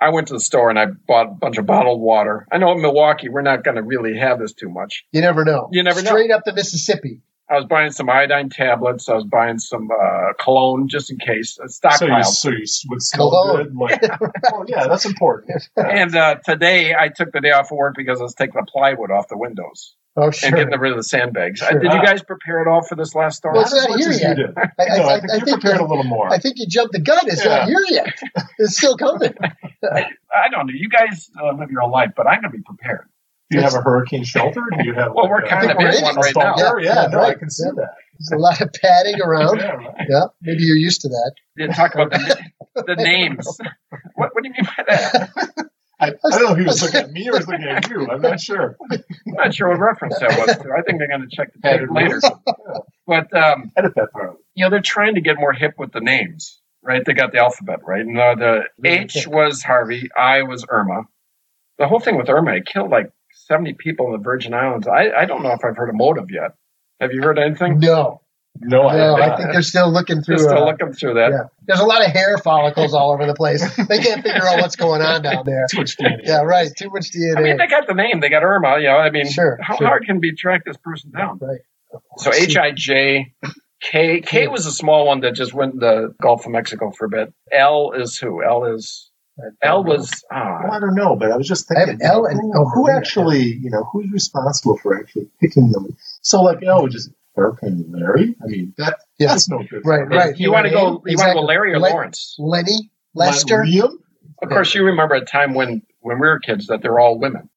Speaker 2: I went to the store and I bought a bunch of bottled water. I know in Milwaukee, we're not going to really have this too much.
Speaker 3: You never know.
Speaker 2: You never know.
Speaker 3: Straight up the Mississippi.
Speaker 2: I was buying some iodine tablets. I was buying some uh, cologne just in case. I
Speaker 4: So you,
Speaker 2: stockpiled.
Speaker 4: so you would smell
Speaker 3: Cologne.
Speaker 4: good. Like, [laughs] oh yeah, that's important.
Speaker 2: And uh, today I took the day off of work because I was taking the plywood off the windows
Speaker 3: Oh,
Speaker 2: and
Speaker 3: sure.
Speaker 2: getting rid of the sandbags. Uh,
Speaker 3: Sure.
Speaker 2: Did you guys prepare at all for this last storm?
Speaker 3: Well, it's
Speaker 4: Not as
Speaker 3: not
Speaker 4: much
Speaker 3: here
Speaker 4: as
Speaker 3: yet.
Speaker 4: You did.
Speaker 3: I, I,
Speaker 4: No,
Speaker 3: I,
Speaker 4: I
Speaker 3: I
Speaker 4: think you
Speaker 3: think
Speaker 4: prepared a little more.
Speaker 3: I think you jumped the gun. It's not
Speaker 4: Yeah.
Speaker 3: here yet. It's still coming.
Speaker 2: I don't know. You guys uh, live your own life, but I'm going to be prepared.
Speaker 4: Do you have a hurricane shelter? Do you have?
Speaker 2: [laughs] Well,
Speaker 4: like,
Speaker 2: we're
Speaker 4: a-
Speaker 2: kind
Speaker 3: of in one
Speaker 4: a
Speaker 2: right now.
Speaker 4: bunker?
Speaker 3: Yeah,
Speaker 4: Yeah,
Speaker 3: yeah,
Speaker 4: no, I
Speaker 3: right.
Speaker 4: can see
Speaker 3: Yeah.
Speaker 4: that.
Speaker 3: There's a lot of padding around.
Speaker 4: Yeah, right.
Speaker 3: Yeah, maybe you're used to that.
Speaker 2: Didn't talk about the,
Speaker 3: [laughs]
Speaker 2: the names. What, what do you mean by that?
Speaker 4: I, I don't know if he was looking at me or he was looking at you. I'm not sure.
Speaker 2: I'm not sure what reference that was to. I think they're going to check the
Speaker 4: Yeah,
Speaker 2: tape
Speaker 3: [laughs]
Speaker 2: later. But um,
Speaker 4: Edit that part.
Speaker 2: you know, they're trying to get more hip with the names, right? They got the alphabet right. And uh, the H was Harvey, I was Irma. The whole thing with Irma, it killed like 70 people in the Virgin Islands. I, I don't know if I've heard a motive yet. Have you heard anything?
Speaker 3: No,
Speaker 4: No,
Speaker 3: No,
Speaker 4: I,
Speaker 3: I think they're still looking through.
Speaker 2: Just to
Speaker 3: uh,
Speaker 2: look them through that.
Speaker 3: yeah. There's a lot of hair follicles all over the place. They can't figure out what's going on down there. [laughs]
Speaker 4: too much DNA.
Speaker 3: Yeah, right. Too much DNA.
Speaker 2: I mean, they got the name. They got Irma. You know, I mean,
Speaker 3: Sure,
Speaker 2: how
Speaker 3: sure.
Speaker 2: hard can be track this person down?
Speaker 3: Right.
Speaker 2: So H I J K K was a small one that just went in the Gulf of Mexico for a bit. L is who? L is L was
Speaker 4: Well,
Speaker 2: ah,
Speaker 4: I don't know, but I was just
Speaker 3: I have
Speaker 4: thinking, you
Speaker 3: L
Speaker 4: know,
Speaker 3: and
Speaker 4: who,
Speaker 3: O.
Speaker 4: who actually, you know, who's responsible for actually picking them? So, like, oh, just Burke and Larry. I mean, that
Speaker 3: Yeah.
Speaker 4: that's no good.
Speaker 3: Right, right.
Speaker 2: You want to go? You want to
Speaker 3: Exactly.
Speaker 2: go Larry or
Speaker 3: Le-
Speaker 2: Lawrence?
Speaker 3: Lenny
Speaker 4: Lester.
Speaker 3: Lester.
Speaker 4: Liam,
Speaker 2: Of course, you remember a time when when we were kids that they're all women.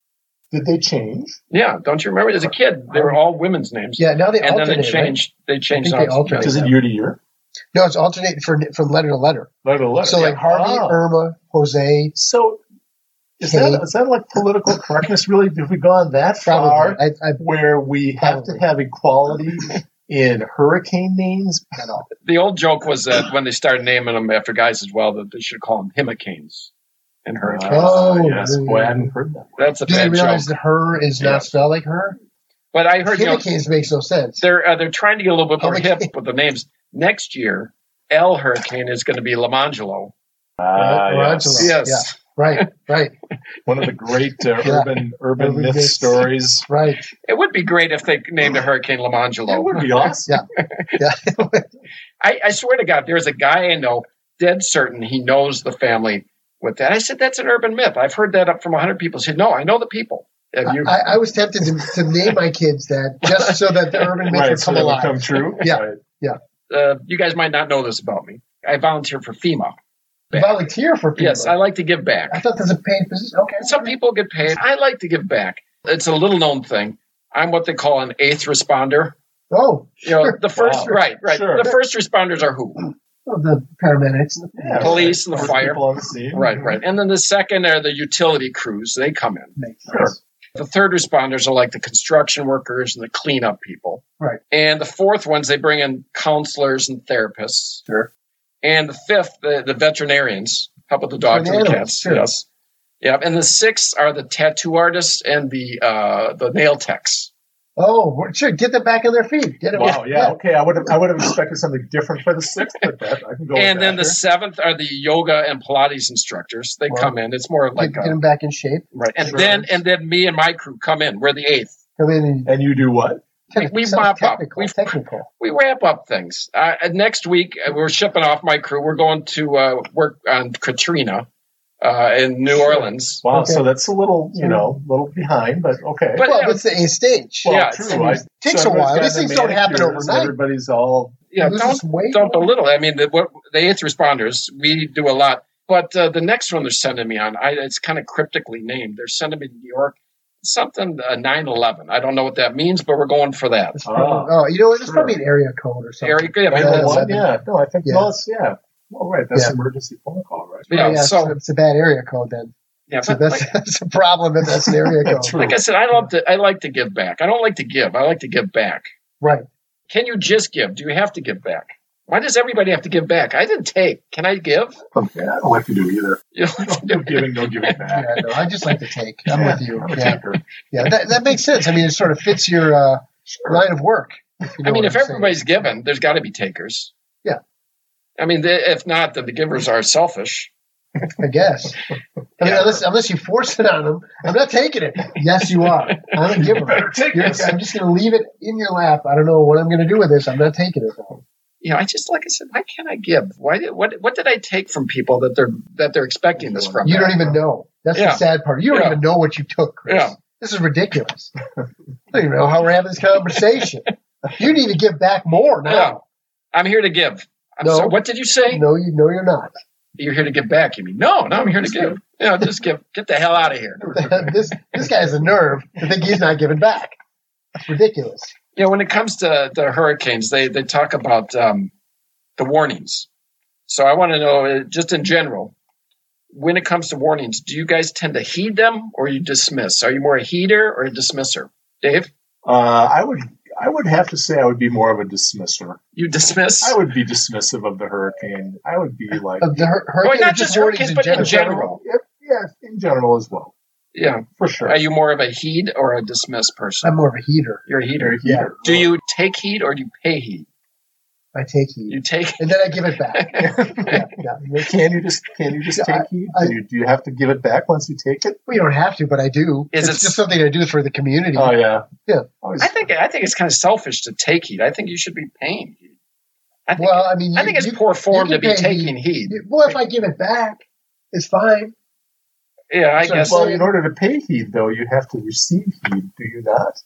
Speaker 4: did they change?
Speaker 2: Yeah, don't you remember? As a kid, they were all women's names.
Speaker 3: Yeah, now they
Speaker 2: and then
Speaker 3: alternate.
Speaker 2: they
Speaker 3: right?
Speaker 2: changed. They changed.
Speaker 3: I think they
Speaker 2: out-
Speaker 3: alternate.
Speaker 4: Is it year to year?
Speaker 3: No, it's alternating from from letter to letter.
Speaker 4: Letter to letter.
Speaker 3: So like
Speaker 4: Yeah.
Speaker 3: Harvey,
Speaker 4: Oh.
Speaker 3: Irma, Jose.
Speaker 4: So is
Speaker 3: Hey.
Speaker 4: that is that like political correctness? Really, have we gone that far
Speaker 3: Probably. I, I,
Speaker 4: where we have to
Speaker 3: Probably.
Speaker 4: have equality in hurricane names?
Speaker 3: I don't know.
Speaker 2: The old joke was that when they started naming them after guys as well, that they should call them himicans and hurricanes.
Speaker 3: Oh,
Speaker 4: yes,
Speaker 3: yeah.
Speaker 4: boy, I hadn't heard that.
Speaker 2: That's a
Speaker 3: Do they
Speaker 2: bad joke.
Speaker 3: realize that her is
Speaker 2: Yeah.
Speaker 3: not spelled like her?
Speaker 2: But I heard you know,
Speaker 3: Hurricanes makes no
Speaker 2: [laughs]
Speaker 3: sense.
Speaker 2: they're uh, they're trying to get a little bit more
Speaker 3: Hurricane.
Speaker 2: hip with the names. Next year, L Hurricane is going to be Lamangelo.
Speaker 4: Ah,
Speaker 3: Right,
Speaker 4: yes.
Speaker 3: Yes. Right, right,
Speaker 4: one of the great uh,
Speaker 3: Yeah.
Speaker 4: urban urban
Speaker 3: Urban
Speaker 4: myth
Speaker 3: myths.
Speaker 4: stories.
Speaker 3: right.
Speaker 2: It would be great if they named a hurricane
Speaker 4: That would
Speaker 2: Lamangelo.
Speaker 4: be awesome.
Speaker 2: I, I swear to God, there's a guy I know, dead certain he knows the family with that. I said that's an urban myth. I've heard that up from 100 people. He said, no, I know the people. Have [laughs] you?
Speaker 3: I, I was tempted to, to name my kids that just so that the
Speaker 2: [laughs]
Speaker 3: urban myth
Speaker 4: Right,
Speaker 3: would
Speaker 4: so
Speaker 3: come
Speaker 4: that would
Speaker 3: alive.
Speaker 4: come true.
Speaker 3: Yeah.
Speaker 4: Right.
Speaker 2: uh, you guys might not know this about me. I volunteer for FEMA. back.
Speaker 3: Volunteer for people.
Speaker 2: Yes, I like to give back.
Speaker 3: I thought that's a paid position. Okay.
Speaker 2: Some people get paid. I like to give back. It's a little known thing. I'm what they call an eighth responder.
Speaker 3: Oh,
Speaker 2: You know,
Speaker 3: sure.
Speaker 2: the first
Speaker 4: Wow.
Speaker 2: right, right.
Speaker 4: Sure.
Speaker 2: The first responders are who?
Speaker 3: Oh, the paramedics. and the-
Speaker 4: Yeah,
Speaker 2: Police and the
Speaker 4: Or
Speaker 2: fire.
Speaker 4: people on the scene.
Speaker 2: Right, right. And then the second are the utility crews. They come in.
Speaker 3: Makes
Speaker 4: Sure.
Speaker 3: sense.
Speaker 2: The third responders are like the construction workers and the cleanup people.
Speaker 3: Right.
Speaker 2: And the fourth ones they bring in counselors and therapists.
Speaker 3: Sure.
Speaker 2: And the fifth, the, the veterinarians help with the dogs
Speaker 3: For the
Speaker 2: and the
Speaker 3: animals,
Speaker 2: cats.
Speaker 3: sure.
Speaker 2: Yes. Yeah. And the sixth are the tattoo artists and the uh, the nail techs.
Speaker 3: Oh, we're- sure. Get them back on their feet. Get them.
Speaker 4: Wow. Yeah. Okay. I would have. I would have expected something different for the sixth, but that I can go.
Speaker 2: and
Speaker 4: with
Speaker 2: then the
Speaker 4: that.
Speaker 2: seventh are the yoga and Pilates instructors. They
Speaker 3: Wow.
Speaker 2: come in. It's more
Speaker 3: Get,
Speaker 2: like uh,
Speaker 3: get
Speaker 2: a,
Speaker 3: them back in shape.
Speaker 2: right. And
Speaker 4: Sure.
Speaker 2: then and then me and my crew come in. We're the eighth.
Speaker 3: Come in and
Speaker 4: and you do what?
Speaker 3: kind
Speaker 2: we
Speaker 3: of sounds
Speaker 2: mop up.
Speaker 3: technical.
Speaker 2: We-
Speaker 3: technical.
Speaker 2: We wrap up things. Uh, and next week uh, we're shipping off my crew. We're going to uh, work on Katrina uh, in New Orleans.
Speaker 4: Wow.
Speaker 3: Okay.
Speaker 4: So that's a little, you
Speaker 3: Sure.
Speaker 4: know, little behind, but okay.
Speaker 2: [laughs] But
Speaker 3: well,
Speaker 2: yeah,
Speaker 3: it's the A stage.
Speaker 2: Well, yeah, it's-
Speaker 4: true. I-
Speaker 3: takes
Speaker 4: so
Speaker 3: a while.
Speaker 4: everybody's
Speaker 3: These
Speaker 4: got
Speaker 3: things
Speaker 4: their
Speaker 3: don't happen
Speaker 4: manicures and
Speaker 3: overnight.
Speaker 4: Everybody's all
Speaker 2: yeah,
Speaker 3: This
Speaker 2: don't
Speaker 3: is way
Speaker 2: don't belittle. I mean, the, what, the eighth responders, we do a lot. But uh, the next one they're sending me on, I, it's kind of cryptically named. They're sending me to New York, something uh, 9-11. I don't know what that means, but we're going for that.
Speaker 3: It's probably- oh, you know what? It's
Speaker 4: Sure.
Speaker 3: probably an area code or something.
Speaker 2: Ah. Area, yeah,
Speaker 4: Right,
Speaker 3: Yeah,
Speaker 4: well,
Speaker 3: that's-
Speaker 4: yeah, no, I think
Speaker 3: Yeah.
Speaker 4: well, it's, yeah. Well, right, that's
Speaker 3: Yeah.
Speaker 4: an emergency phone call, right?
Speaker 2: Yeah,
Speaker 3: Oh, yeah,
Speaker 2: so-
Speaker 3: it's, it's a bad area code then.
Speaker 2: yeah,
Speaker 3: So
Speaker 2: but
Speaker 3: that's, [laughs]
Speaker 2: like,
Speaker 3: that's a problem if that's an
Speaker 2: [laughs]
Speaker 3: area code.
Speaker 4: That's
Speaker 2: like I said, I love to. I like to give back. I don't like to give. I like to give back.
Speaker 3: Right.
Speaker 2: Can you just give? Do you have to give back? Why does everybody have to give back? I didn't take. Can I give?
Speaker 4: [laughs]
Speaker 2: [laughs]
Speaker 4: Okay, I don't like to do either. [laughs]
Speaker 2: You know, like,
Speaker 4: No giving, no giving back.
Speaker 3: Yeah, no, I just like to take. I'm
Speaker 4: Yeah,
Speaker 3: with you.
Speaker 4: I'm a
Speaker 3: [laughs] Yeah,
Speaker 4: taker.
Speaker 3: yeah. That, that makes sense. I mean, it sort of fits your uh, line of work. if you know
Speaker 2: I mean,
Speaker 3: what
Speaker 2: if
Speaker 3: I'm saying.
Speaker 2: everybody's given, there's got to be takers.
Speaker 3: Yeah.
Speaker 2: I mean, the, if not, then the givers are selfish.
Speaker 3: I guess. I mean,
Speaker 2: Yeah.
Speaker 3: unless, unless you force it on them, I'm not taking it. Yes, you are. I'm a
Speaker 2: [laughs]
Speaker 4: You
Speaker 3: giver.
Speaker 4: better take
Speaker 3: You're,
Speaker 4: this.
Speaker 3: I'm just going to leave it in your lap. I don't know what I'm going to do with this. I'm not taking it. though.
Speaker 2: You know, I just like I said, why can't I give? Why? Did, what? What did I take from people that they're that they're expecting this from?
Speaker 3: You
Speaker 2: me?
Speaker 3: don't even know. That's
Speaker 2: Yeah.
Speaker 3: the sad part. You don't
Speaker 2: Yeah.
Speaker 3: even know what you took, Chris.
Speaker 2: Yeah.
Speaker 3: This is ridiculous. [laughs] I don't even know how we're having this conversation. You need to give back more
Speaker 2: Yeah.
Speaker 3: now.
Speaker 2: I'm here to give. I'm
Speaker 3: No.
Speaker 2: sorry, what did you say?
Speaker 3: No, you know you're not. [laughs]
Speaker 2: You're here to give back. You mean no? No, I'm here to
Speaker 4: Just
Speaker 2: give. Yeah, just give. Get the hell out of here.
Speaker 3: this this guy has a nerve to think he's not giving back. It's ridiculous.
Speaker 2: you know, when it comes to the hurricanes, they they talk about um, the warnings. So I want to know, uh, just in general, when it comes to warnings, do you guys tend to heed them or you dismiss? Are you more a heeder or a dismisser, Dave?
Speaker 4: Uh, I would, I would have to say, I would be more of a dismisser.
Speaker 2: You dismiss.
Speaker 4: I would be dismissive of the hurricane. I would be like,
Speaker 3: Uh, the hur-
Speaker 2: Well,
Speaker 3: hurricane,
Speaker 2: not
Speaker 3: just
Speaker 2: just
Speaker 3: warnings
Speaker 2: hurricanes,
Speaker 3: in
Speaker 2: but in
Speaker 3: general.
Speaker 2: general.
Speaker 4: yeah, yeah, in general as well,
Speaker 2: Yeah.
Speaker 4: for sure.
Speaker 2: Are you more of a heed or a dismiss person?
Speaker 3: I'm more of a heater.
Speaker 2: You're a heeder.
Speaker 4: You're a heater.
Speaker 2: Do you take heed or do you pay heed?
Speaker 3: I take heed.
Speaker 2: You take
Speaker 3: and then I give it back.
Speaker 2: [laughs]
Speaker 3: yeah, yeah.
Speaker 4: Can you just can you just
Speaker 3: Yeah,
Speaker 4: take heed?
Speaker 3: I-
Speaker 4: do, you, do you have to give it back once you take it?
Speaker 3: We don't have to, but I do.
Speaker 2: Is
Speaker 3: it's
Speaker 2: it-
Speaker 3: just something I do for the community.
Speaker 4: Oh yeah,
Speaker 3: Yeah.
Speaker 4: Always-
Speaker 2: I think I think it's kind of selfish to take heed. I think you should be paying heed. I think,
Speaker 3: well, I mean,
Speaker 2: I
Speaker 3: you-
Speaker 2: think it's
Speaker 3: you-
Speaker 2: poor form
Speaker 3: you
Speaker 2: to
Speaker 3: can
Speaker 2: be
Speaker 3: pay
Speaker 2: taking heed.
Speaker 3: you- well, if I give it back, it's fine.
Speaker 2: Yeah, I
Speaker 3: So,
Speaker 2: guess.
Speaker 4: well, in order to pay heed, though, you have to receive heed. Do you not?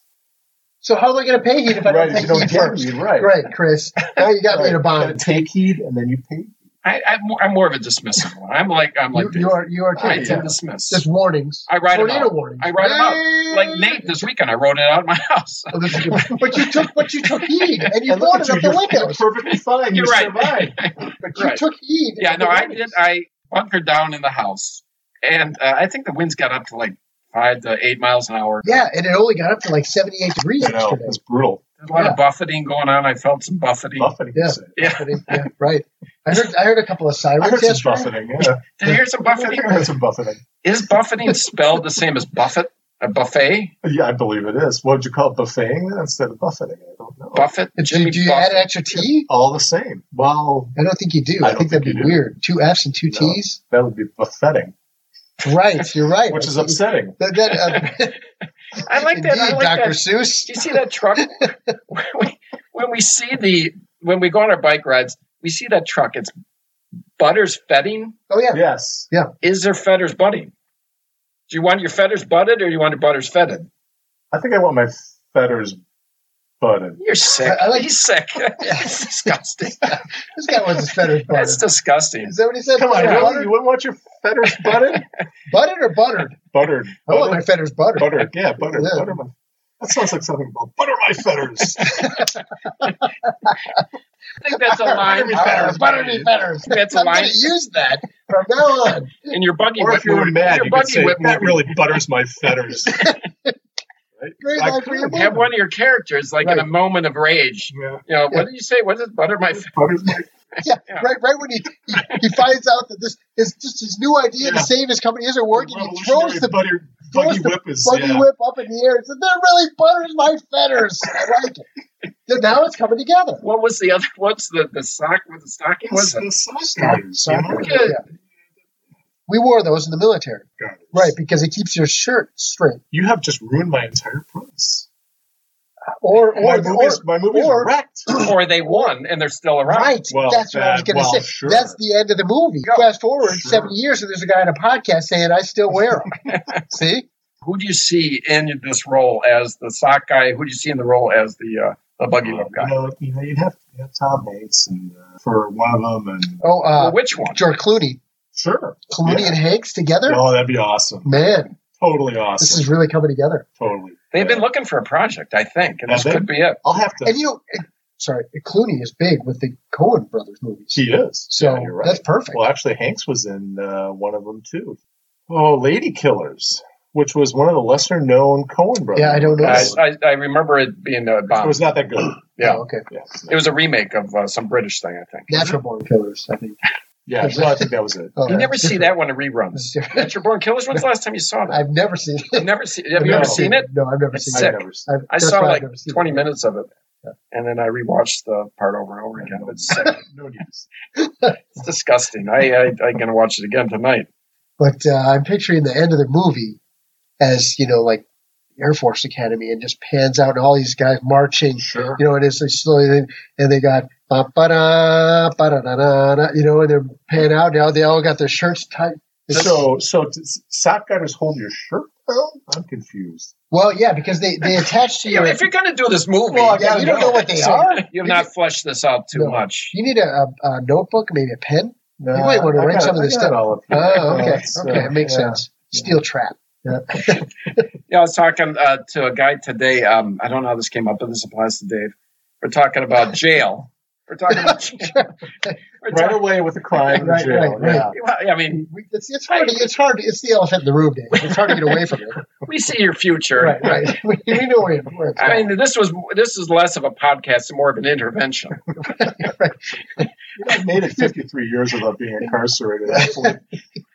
Speaker 3: So how am I going to pay heed if I
Speaker 4: right,
Speaker 3: don't take
Speaker 4: you don't
Speaker 3: heed
Speaker 4: give
Speaker 3: first?
Speaker 4: heed, right?
Speaker 3: Great, Chris. Now you got me in a
Speaker 4: Right. You gotta
Speaker 3: bind.
Speaker 4: Take heed, and then you pay.
Speaker 2: I, I'm, more, I'm more of a dismissive one. I'm like I'm like
Speaker 3: You, you are you are
Speaker 2: I
Speaker 3: kidding.
Speaker 2: tend
Speaker 4: yeah.
Speaker 2: to dismiss.
Speaker 3: Just warnings.
Speaker 2: I write 'em
Speaker 3: tornado
Speaker 2: out.
Speaker 3: warnings.
Speaker 2: I write 'em out. Like Nate this weekend, I wrote it out of my [laughs] house.
Speaker 3: Oh, this is good. [laughs] but you took but you took heed and you
Speaker 4: And look
Speaker 3: boarded
Speaker 4: at
Speaker 3: up
Speaker 4: you,
Speaker 3: the
Speaker 4: you're, you're
Speaker 3: windows.
Speaker 4: perfectly fine.
Speaker 2: You're
Speaker 4: you
Speaker 2: right.
Speaker 3: [laughs]
Speaker 4: survived.
Speaker 3: But you
Speaker 2: right.
Speaker 3: took heed.
Speaker 2: [laughs] yeah,
Speaker 3: of the
Speaker 2: no, I did.
Speaker 3: warnings.
Speaker 2: I bunkered down in the house, and uh, I think the winds got up to like five to eight miles an hour.
Speaker 3: Yeah, and it only got up to like seventy eight degrees
Speaker 4: You know,
Speaker 3: yesterday.
Speaker 4: it's brutal.
Speaker 2: There's a lot
Speaker 3: Yeah.
Speaker 2: of buffeting going on. I felt some buffeting.
Speaker 4: Buffeting.
Speaker 3: Yeah.
Speaker 4: Yeah.
Speaker 2: Yeah,
Speaker 3: But it- yeah, right. I heard I heard a couple of
Speaker 4: I
Speaker 3: sirens
Speaker 4: heard some
Speaker 3: yesterday.
Speaker 4: buffeting.
Speaker 3: [laughs]
Speaker 4: Yeah.
Speaker 2: did you hear some buffeting?
Speaker 4: I heard some buffeting.
Speaker 2: Is buffeting spelled the same as buffet? A buffet?
Speaker 4: Yeah, I believe it is. What would you call it, buffeting then instead of buffeting? I don't know.
Speaker 2: Buffet?
Speaker 3: Did you,
Speaker 2: Jimmy
Speaker 3: do you add
Speaker 2: Buffett.
Speaker 3: an extra T?
Speaker 4: All the same. Well,
Speaker 3: I don't think you do.
Speaker 4: I
Speaker 3: I,
Speaker 4: don't
Speaker 3: think that'd
Speaker 4: think
Speaker 3: be
Speaker 4: you do.
Speaker 3: weird. Two F's and two
Speaker 4: No.
Speaker 3: T's.
Speaker 4: that would be buffeting,
Speaker 3: Right, you're right.
Speaker 4: which is upsetting.
Speaker 3: That, that, uh,
Speaker 2: I like that. I
Speaker 3: indeed,
Speaker 2: like
Speaker 3: Dr.
Speaker 2: that.
Speaker 3: Seuss.
Speaker 2: Do you see that
Speaker 4: [laughs]
Speaker 2: truck? when, we, when we see the when we go on our bike rides, we see that truck. It's Butters Fetting.
Speaker 3: Oh yeah.
Speaker 4: Yes.
Speaker 2: Is there Fetters budding? Do you want your Fetters butted or do you want your Butters fetted?
Speaker 4: I think I want my fetters butted.
Speaker 2: You're sick.
Speaker 3: I- I like-
Speaker 2: He's
Speaker 4: [laughs]
Speaker 2: sick. That's disgusting.
Speaker 3: This guy wants his
Speaker 2: [laughs]
Speaker 3: fetters buttered.
Speaker 2: That's disgusting.
Speaker 3: Is that what he said?
Speaker 4: Come on,
Speaker 2: Yeah.
Speaker 4: really?
Speaker 3: buttered,
Speaker 4: You wouldn't want your fetters butted?
Speaker 3: buttered or buttered?
Speaker 4: buttered.
Speaker 3: I want my
Speaker 4: Buttered.
Speaker 3: fetters buttered.
Speaker 4: Buttered. Yeah, buttered.
Speaker 3: Yeah.
Speaker 4: Butter my. That sounds like something about butter
Speaker 2: [laughs]
Speaker 4: my fetters.
Speaker 2: I think that's a line.
Speaker 4: Buttered fetters,
Speaker 3: Ah, buttered me fetters.
Speaker 2: That's a
Speaker 3: I'm going
Speaker 2: line
Speaker 3: to use that from now on.
Speaker 2: in your buggy
Speaker 4: or
Speaker 2: whip.
Speaker 4: if you were
Speaker 2: movie.
Speaker 4: mad,
Speaker 2: your
Speaker 4: you could
Speaker 2: buggy
Speaker 4: say,
Speaker 2: whip
Speaker 4: that
Speaker 2: movie.
Speaker 4: really butters
Speaker 2: [laughs]
Speaker 4: my fetters.
Speaker 3: Great
Speaker 4: I
Speaker 3: line for your
Speaker 4: couldn't
Speaker 2: Have
Speaker 3: book.
Speaker 2: one of your characters, like in a
Speaker 3: Right.
Speaker 2: moment of rage.
Speaker 4: yeah.
Speaker 2: You know,
Speaker 3: Yeah.
Speaker 2: what did you say? What is butter my fetters?
Speaker 4: Butters my
Speaker 3: Yeah,
Speaker 2: Yeah.
Speaker 3: right. Right when he, he he finds out that this is just his new idea to
Speaker 4: Yeah.
Speaker 3: save his company isn't working, he
Speaker 4: revolutionary
Speaker 3: throws the
Speaker 4: butter,
Speaker 3: throws
Speaker 4: buggy
Speaker 3: the
Speaker 4: whip is
Speaker 3: buggy
Speaker 4: yeah.
Speaker 3: whip up in the air and says, "That really butters my fetters." I like it. Then now it's coming together.
Speaker 2: What was the other? What's the the sock with the stocking? Was
Speaker 4: It's the
Speaker 3: Stop-
Speaker 4: Socrates, you
Speaker 3: stop
Speaker 4: know?
Speaker 3: it. Yeah. We wore those in the military, right? Because it keeps your shirt straight.
Speaker 4: You have just ruined my entire premise.
Speaker 3: Or or
Speaker 4: my movies,
Speaker 3: or,
Speaker 4: my movies
Speaker 3: or-
Speaker 4: are wrecked.
Speaker 2: or they won and they're still around.
Speaker 3: Right.
Speaker 4: Well,
Speaker 3: That's what I was
Speaker 4: that-
Speaker 3: going to
Speaker 4: well,
Speaker 3: say.
Speaker 4: sure.
Speaker 3: That's the end of the movie.
Speaker 2: Yeah.
Speaker 3: Fast forward
Speaker 4: Sure.
Speaker 3: 70 years, and there's a guy on a podcast saying, I still wear them. See?
Speaker 2: Who do you see in this role as the sock guy? Who do you see in the role as the uh, the buggy whip
Speaker 4: You
Speaker 2: guy?
Speaker 4: know, you know, you'd have, you have Tom Hanks and, uh, for one of them, and
Speaker 3: Oh, uh,
Speaker 2: Well, which one?
Speaker 3: George Clooney.
Speaker 4: sure,
Speaker 3: Clooney
Speaker 4: Yeah.
Speaker 3: and Hanks together?
Speaker 4: Oh, that'd be awesome.
Speaker 3: Man,
Speaker 4: Totally awesome.
Speaker 3: this is really coming together.
Speaker 4: totally.
Speaker 2: They've been
Speaker 4: Yeah.
Speaker 2: looking for a project, I think, and
Speaker 4: Yeah,
Speaker 2: this
Speaker 4: they-
Speaker 2: could be it.
Speaker 4: I'll have to.
Speaker 3: And you know, it- sorry, Clooney is big with the Coen brothers movies.
Speaker 4: He is.
Speaker 3: So
Speaker 4: Yeah, you're right.
Speaker 3: that's perfect.
Speaker 4: Well, actually, Hanks was in uh, one of them too. Oh, Lady Killers, which was one of the lesser known Cohen brothers.
Speaker 3: Yeah, I don't know.
Speaker 2: I,
Speaker 3: Yes.
Speaker 2: I, I remember it being a
Speaker 4: It
Speaker 2: bomb.
Speaker 4: was not that good.
Speaker 2: yeah.
Speaker 3: Oh, okay.
Speaker 4: Yeah,
Speaker 2: It was a remake of uh, some British thing, I think.
Speaker 3: Natural born killers, I think.
Speaker 4: yeah. Well, I think that was it.
Speaker 3: [laughs] Oh,
Speaker 2: You
Speaker 3: that's
Speaker 2: never see
Speaker 3: different.
Speaker 2: that one in reruns.
Speaker 3: That's [laughs] different.
Speaker 2: Natural Born Killers. When's the last time you saw that?
Speaker 3: I've never seen it.
Speaker 2: I've never seen. Have
Speaker 3: I've
Speaker 2: you
Speaker 4: No.
Speaker 2: ever
Speaker 3: never
Speaker 2: seen it?
Speaker 3: No, I've never
Speaker 2: It's
Speaker 3: seen
Speaker 4: I've
Speaker 2: sick.
Speaker 3: it.
Speaker 4: never seen
Speaker 3: I've,
Speaker 2: I
Speaker 3: that's
Speaker 2: saw
Speaker 3: why I've
Speaker 2: like
Speaker 3: never seen it.
Speaker 2: 20 minutes of it,
Speaker 3: Yeah.
Speaker 2: and then I rewatched the part over and over
Speaker 4: it.
Speaker 2: again.
Speaker 4: No
Speaker 2: It's,
Speaker 4: news. No news.
Speaker 2: it's disgusting. I I, I gonna watch it again tonight.
Speaker 3: But uh, I'm picturing the end of the movie as you know, like Air Force Academy, and just pans out and all these guys marching.
Speaker 4: Sure.
Speaker 3: You know, and it's like slowly, and they got ba ba da ba da da da. da, You know, and they're pan out now. They all got their shirts tight. It's-
Speaker 4: So, so t- sock gutters hold your shirt down? I'm confused.
Speaker 3: well, yeah, because they they attach to
Speaker 2: Yeah,
Speaker 3: your.
Speaker 2: if you're gonna do this movie,
Speaker 3: Well, yeah, you don't know what they
Speaker 2: [laughs]
Speaker 3: are.
Speaker 2: You have not fleshed this out too
Speaker 3: No.
Speaker 2: much.
Speaker 3: You need a, a, a notebook, maybe a pen.
Speaker 4: No,
Speaker 3: You might wanna
Speaker 4: I- I
Speaker 3: write
Speaker 4: got-
Speaker 3: some of
Speaker 4: I
Speaker 3: this
Speaker 4: got
Speaker 3: stuff.
Speaker 4: all of [laughs] it.
Speaker 3: Oh,
Speaker 4: Yeah,
Speaker 3: okay,
Speaker 4: it's,
Speaker 3: okay,
Speaker 4: uh,
Speaker 3: it makes
Speaker 4: yeah.
Speaker 3: sense. Steel trap.
Speaker 2: Yeah, I was talking uh, to a guy today. Um, I don't know how this came up, but this applies to Dave. We're
Speaker 3: [laughs]
Speaker 2: talking about jail. We're talking about. we're
Speaker 4: Right
Speaker 2: talking-
Speaker 4: away with the crime. in
Speaker 3: Right,
Speaker 4: jail,
Speaker 3: right, right.
Speaker 4: yeah.
Speaker 2: well, I mean,
Speaker 3: We- It's, it's hard. To, it's hard. It's the elephant in the room, Dave. It's hard to get away
Speaker 4: [laughs]
Speaker 3: from it.
Speaker 2: we see your future.
Speaker 3: Right, right. [laughs] We, we know where, where it's
Speaker 2: I
Speaker 3: going.
Speaker 2: mean, this was this is less of a podcast and more of an intervention.
Speaker 4: You know, I've made it 53 years without
Speaker 3: [laughs]
Speaker 4: being incarcerated. Hopefully,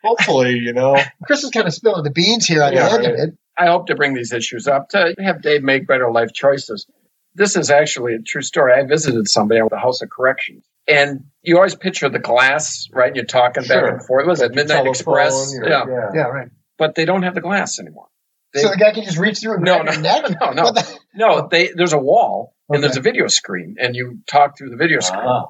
Speaker 4: hopefully you know.
Speaker 3: Chris is kind of spilling the beans here on
Speaker 4: Yeah,
Speaker 3: the end
Speaker 4: right.
Speaker 3: of it.
Speaker 2: I hope to bring these issues up to have Dave make better life choices. This is actually a true story. I visited somebody at the House of Corrections, and you always picture the glass, right? You're talking
Speaker 4: Sure.
Speaker 2: back and forth. Was it
Speaker 4: Your
Speaker 2: Midnight
Speaker 4: telephone,
Speaker 2: Express?
Speaker 4: your-
Speaker 2: yeah.
Speaker 3: Yeah, right.
Speaker 2: but they don't have the glass anymore. They,
Speaker 3: so the guy can just reach through and
Speaker 2: No,
Speaker 3: grab
Speaker 2: no,
Speaker 3: your neck?
Speaker 2: [laughs]
Speaker 3: [laughs]
Speaker 2: no, no.
Speaker 3: What the-
Speaker 2: no, they there's a wall and there's
Speaker 3: Okay.
Speaker 2: a video screen, and you talk through the video screen.
Speaker 4: Ah.